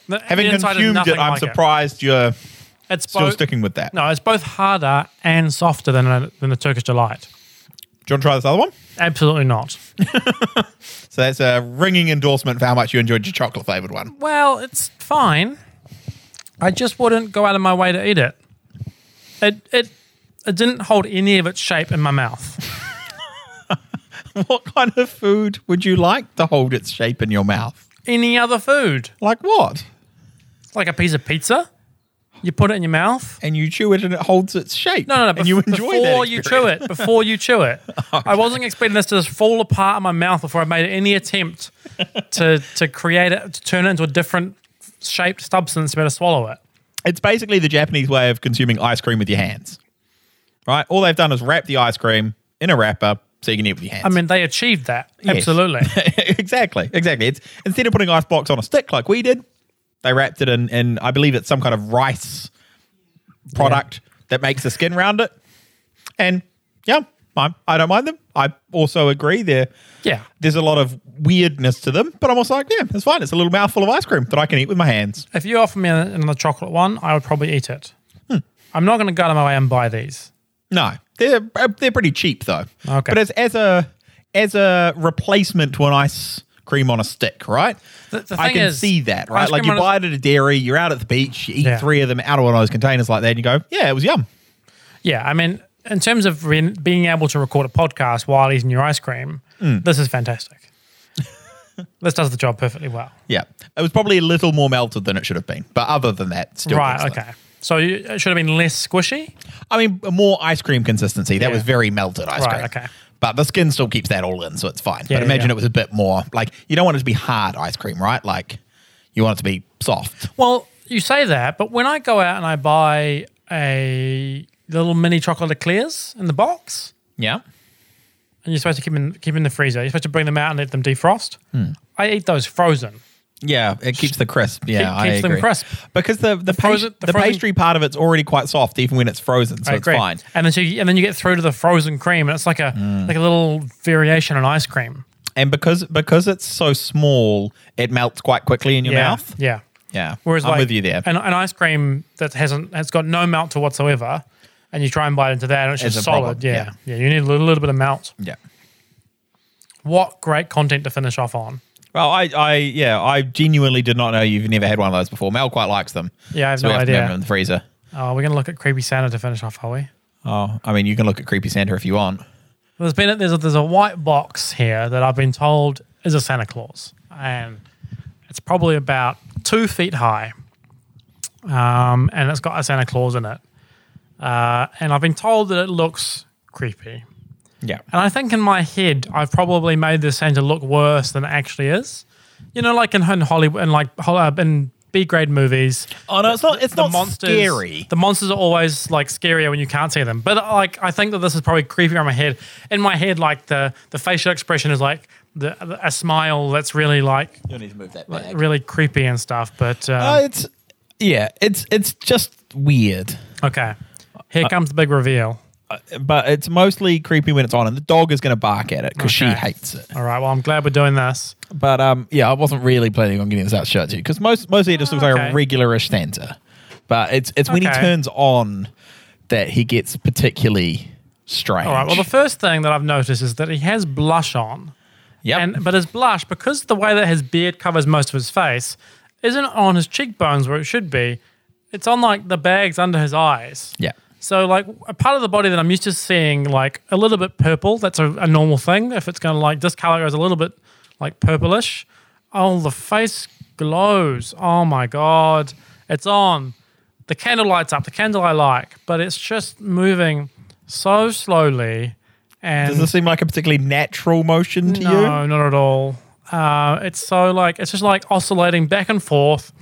[SPEAKER 2] The-
[SPEAKER 3] Having
[SPEAKER 2] the inside is
[SPEAKER 3] consumed
[SPEAKER 2] nothing
[SPEAKER 3] it, I'm
[SPEAKER 2] like
[SPEAKER 3] surprised you're
[SPEAKER 2] It's
[SPEAKER 3] still
[SPEAKER 2] both,
[SPEAKER 3] sticking with that.
[SPEAKER 2] No, it's both harder and softer than a, than the Turkish delight.
[SPEAKER 3] Do you want to try this other one?
[SPEAKER 2] Absolutely not.
[SPEAKER 3] So that's a ringing endorsement for how much you enjoyed your chocolate flavored one.
[SPEAKER 2] Well, it's fine. I just wouldn't go out of my way to eat it. It it it didn't hold any of its shape in my mouth.
[SPEAKER 3] What kind of food would you like to hold its shape in your mouth?
[SPEAKER 2] Any other food?
[SPEAKER 3] Like what?
[SPEAKER 2] It's like a piece of pizza. You put it in your mouth.
[SPEAKER 3] and you chew it and it holds its shape.
[SPEAKER 2] No, no, no.
[SPEAKER 3] And you
[SPEAKER 2] bef-
[SPEAKER 3] enjoy that
[SPEAKER 2] before you chew
[SPEAKER 3] experience.
[SPEAKER 2] it. Before you chew it. I wasn't expecting this to just fall apart in my mouth before I made any attempt to to create it, to turn it into a different shaped substance to be able to swallow it.
[SPEAKER 3] It's basically the Japanese way of consuming ice cream with your hands. Right? All they've done is wrap the ice cream in a wrapper so you can eat with your hands.
[SPEAKER 2] I mean, they achieved that.
[SPEAKER 3] Yes.
[SPEAKER 2] Absolutely.
[SPEAKER 3] exactly, exactly. It's instead of putting ice blocks on a stick like we did, they wrapped it in, in I believe it's some kind of rice product that makes the skin round it. And yeah, I, I don't mind them. I also agree there.
[SPEAKER 2] yeah.
[SPEAKER 3] There's a lot of weirdness to them, but I'm also like, yeah, it's fine. It's a little mouthful of ice cream that I can eat with my hands.
[SPEAKER 2] If you offer me another chocolate one, I would probably eat it.
[SPEAKER 3] Hmm.
[SPEAKER 2] I'm not going to go out of my way and buy these.
[SPEAKER 3] No, they're uh, they're pretty cheap though.
[SPEAKER 2] Okay.
[SPEAKER 3] but as as a as a replacement to an ice cream on a stick, right?
[SPEAKER 2] The- the
[SPEAKER 3] I
[SPEAKER 2] thing
[SPEAKER 3] can
[SPEAKER 2] is,
[SPEAKER 3] see
[SPEAKER 2] ice
[SPEAKER 3] that, right? Like
[SPEAKER 2] cream
[SPEAKER 3] you
[SPEAKER 2] on a-
[SPEAKER 3] buy it at a dairy, you're out at the beach, you eat
[SPEAKER 2] Yeah.
[SPEAKER 3] three of them out of one of those containers like that, and you go, yeah, it was yum.
[SPEAKER 2] Yeah, I mean, in terms of re- being able to record a podcast while eating your ice cream,
[SPEAKER 3] Mm.
[SPEAKER 2] this is fantastic. this does the job perfectly well.
[SPEAKER 3] Yeah, it was probably a little more melted than it should have been, but other than that, still
[SPEAKER 2] right,
[SPEAKER 3] good stuff.
[SPEAKER 2] okay. So you, it should have been less squishy.
[SPEAKER 3] I mean, more ice cream consistency. That
[SPEAKER 2] Yeah.
[SPEAKER 3] was very melted ice
[SPEAKER 2] Right,
[SPEAKER 3] cream.
[SPEAKER 2] okay.
[SPEAKER 3] But the skin still keeps that all in, so it's fine.
[SPEAKER 2] Yeah,
[SPEAKER 3] but
[SPEAKER 2] yeah,
[SPEAKER 3] imagine
[SPEAKER 2] yeah.
[SPEAKER 3] it was a bit more like you don't want it to be hard ice cream, right? Like you want it to be soft.
[SPEAKER 2] Well, you say that, but when I go out and I buy a little mini chocolate eclairs in the box,
[SPEAKER 3] Yeah.
[SPEAKER 2] and you're supposed to keep them keep 'em in the freezer, you're supposed to bring them out and let them defrost.
[SPEAKER 3] Hmm.
[SPEAKER 2] I eat those frozen.
[SPEAKER 3] Yeah, it keeps the crisp. Yeah,
[SPEAKER 2] Keep- keeps
[SPEAKER 3] I
[SPEAKER 2] them
[SPEAKER 3] agree.
[SPEAKER 2] crisp.
[SPEAKER 3] because the the,
[SPEAKER 2] frozen-
[SPEAKER 3] pas-
[SPEAKER 2] the
[SPEAKER 3] the
[SPEAKER 2] frozen-
[SPEAKER 3] pastry part of it's already quite soft, even when it's frozen, so
[SPEAKER 2] I
[SPEAKER 3] it's
[SPEAKER 2] agree.
[SPEAKER 3] fine. Hmm.
[SPEAKER 2] And then so you, and then you get through to the frozen cream, and it's like a like a little variation on ice cream.
[SPEAKER 3] And because because it's so small, it melts quite quickly in your
[SPEAKER 2] yeah.
[SPEAKER 3] mouth.
[SPEAKER 2] Yeah.
[SPEAKER 3] Yeah,
[SPEAKER 2] Whereas
[SPEAKER 3] I'm
[SPEAKER 2] like,
[SPEAKER 3] with you there.
[SPEAKER 2] An, an ice cream that hasn't has got no melt to whatsoever, and you try and bite into that, and it's
[SPEAKER 3] It's
[SPEAKER 2] just
[SPEAKER 3] a problem,
[SPEAKER 2] solid. Yeah. yeah, You need a little, little bit of melt.
[SPEAKER 3] yeah.
[SPEAKER 2] What great content to finish off on.
[SPEAKER 3] Well, I, I yeah, I genuinely did not know you've never had one of those before. Mel quite likes them.
[SPEAKER 2] Yeah, I have
[SPEAKER 3] so
[SPEAKER 2] no
[SPEAKER 3] we have to
[SPEAKER 2] idea.
[SPEAKER 3] have them in the freezer.
[SPEAKER 2] Oh, we're gonna look at creepy Santa to finish off, are we?
[SPEAKER 3] Oh, I mean, you can look at creepy Santa if you want.
[SPEAKER 2] There's been a, there's a, there's a white box here that I've been told is a Santa Claus, and it's probably about two feet high, um, and it's got a Santa Claus in it, uh, and I've been told that it looks creepy,
[SPEAKER 3] Yeah,
[SPEAKER 2] and I think in my head I've probably made this Santa look worse than it actually is, you know, like in, in Hollywood, in like Hol- uh, in B grade movies,
[SPEAKER 3] Oh no, it's not. It's not
[SPEAKER 2] monsters,
[SPEAKER 3] scary.
[SPEAKER 2] The monsters are always like scarier when you can't see them. But like, I think that this is probably creepier on my head. In my head, like the the facial expression is like the, a smile that's really like
[SPEAKER 3] you need to move that back.
[SPEAKER 2] really creepy and stuff. But
[SPEAKER 3] Uh,
[SPEAKER 2] um,
[SPEAKER 3] it's yeah, it's it's just weird.
[SPEAKER 2] okay, here
[SPEAKER 3] Uh,
[SPEAKER 2] comes the big reveal.
[SPEAKER 3] but it's mostly creepy when it's on, and the dog is going to bark at it because she
[SPEAKER 2] Okay.
[SPEAKER 3] hates it.
[SPEAKER 2] All right. Well, I'm glad we're doing this.
[SPEAKER 3] But um, yeah, I wasn't really planning on getting this out shirt to you because most mostly it just looks like
[SPEAKER 2] Okay.
[SPEAKER 3] a regularish Santa. But it's it's when
[SPEAKER 2] Okay.
[SPEAKER 3] he turns on that he gets particularly strange.
[SPEAKER 2] All right. Well, the first thing that I've noticed is that he has blush on,
[SPEAKER 3] yep.
[SPEAKER 2] and but his blush, because the way that his beard covers most of his face, isn't on his cheekbones where it should be. It's on like the bags under his eyes.
[SPEAKER 3] yeah.
[SPEAKER 2] So, like a part of the body that I'm used to seeing, like a little bit purple, that's a, a normal thing. If it's going to like discolor, goes a little bit like purplish. Oh, the face glows. Oh my God. It's on. The candle lights up, the candle I like, but it's just moving so slowly. And
[SPEAKER 3] Does this seem like a particularly natural motion to
[SPEAKER 2] no,
[SPEAKER 3] you?
[SPEAKER 2] not at all. Uh, it's so like it's just like oscillating back and forth,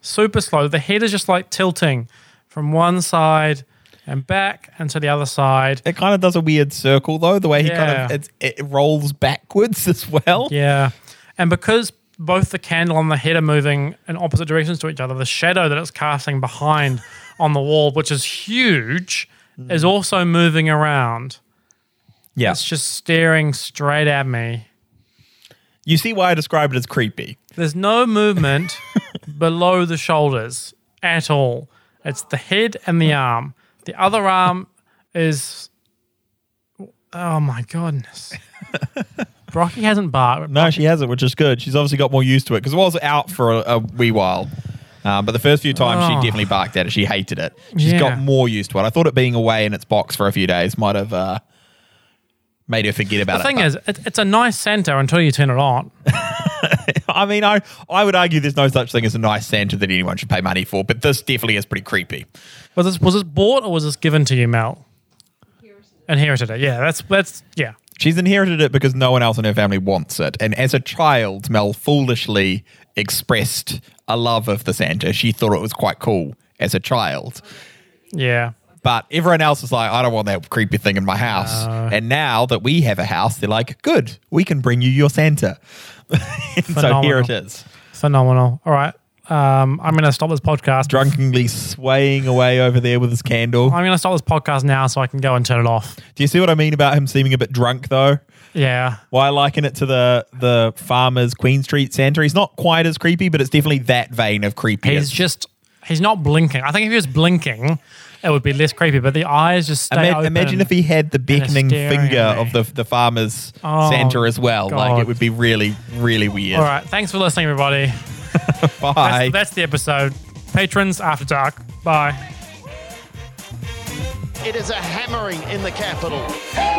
[SPEAKER 2] super slow. The head is just like tilting from one side and back and to the other side.
[SPEAKER 3] It kind of does a weird circle though. The way he kind of
[SPEAKER 2] Yeah.
[SPEAKER 3] it's, it rolls backwards as well.
[SPEAKER 2] Yeah, and because both the candle and the head are moving in opposite directions to each other, the shadow that it's casting behind on the wall, which is huge, is also moving around.
[SPEAKER 3] Mm. Yeah.
[SPEAKER 2] It's just staring straight at me.
[SPEAKER 3] You see why I described it as creepy.
[SPEAKER 2] There's no movement below the shoulders at all. It's the head and the arm. The other arm is. Oh my goodness. Brocky hasn't barked.
[SPEAKER 3] No, she hasn't, which is good. She's obviously got more used to it because it was out for a, a wee while. Um, but the first few times she
[SPEAKER 2] Oh.
[SPEAKER 3] definitely barked at it. She hated it. She's
[SPEAKER 2] Yeah.
[SPEAKER 3] got more used to it. I thought it being away in its box for a few days might have uh, made her forget about
[SPEAKER 2] The
[SPEAKER 3] it.
[SPEAKER 2] thing
[SPEAKER 3] but-
[SPEAKER 2] is, it, it's a nice Santa until you turn it on.
[SPEAKER 3] I mean, I, I would argue there's no such thing as a nice Santa that anyone should pay money for, but this definitely is pretty creepy.
[SPEAKER 2] Was this was this bought or was this given to you, Mel? Inherited it. Yeah, that's that's yeah.
[SPEAKER 3] She's inherited it because no one else in her family wants it. And as a child, Mel foolishly expressed a love of the Santa. She thought it was quite cool as a child.
[SPEAKER 2] Yeah.
[SPEAKER 3] But everyone else is like, I don't want that creepy thing in my house.
[SPEAKER 2] Uh.
[SPEAKER 3] and now that we have a house, they're like, good, we can bring you your Santa. And so here it
[SPEAKER 2] Phenomenal.
[SPEAKER 3] is.
[SPEAKER 2] Phenomenal. All right. Um, I'm gonna stop this podcast.
[SPEAKER 3] Drunkenly swaying away over there with his candle.
[SPEAKER 2] I'm gonna stop this podcast now so I can go and turn it off.
[SPEAKER 3] Do you see what I mean about him seeming a bit drunk, though?
[SPEAKER 2] Yeah.
[SPEAKER 3] Why I liken it to the the farmer's Queen Street Santa? He's not quite as creepy, but it's definitely that vein of creepy.
[SPEAKER 2] He's just he's not blinking. I think if he was blinking, it would be less creepy. But the eyes just stay
[SPEAKER 3] Ima-
[SPEAKER 2] open.
[SPEAKER 3] imagine if he had the
[SPEAKER 2] a
[SPEAKER 3] beckoning
[SPEAKER 2] staring
[SPEAKER 3] finger
[SPEAKER 2] eye.
[SPEAKER 3] of the the farmer's
[SPEAKER 2] Oh,
[SPEAKER 3] Santa as well. Like
[SPEAKER 2] God.
[SPEAKER 3] it would be really, really weird.
[SPEAKER 2] All right. Thanks for listening, everybody. That's,
[SPEAKER 3] Bye.
[SPEAKER 2] that's the episode. Patrons after dark. Bye.
[SPEAKER 1] It is a hammering in the capital.
[SPEAKER 4] Hey!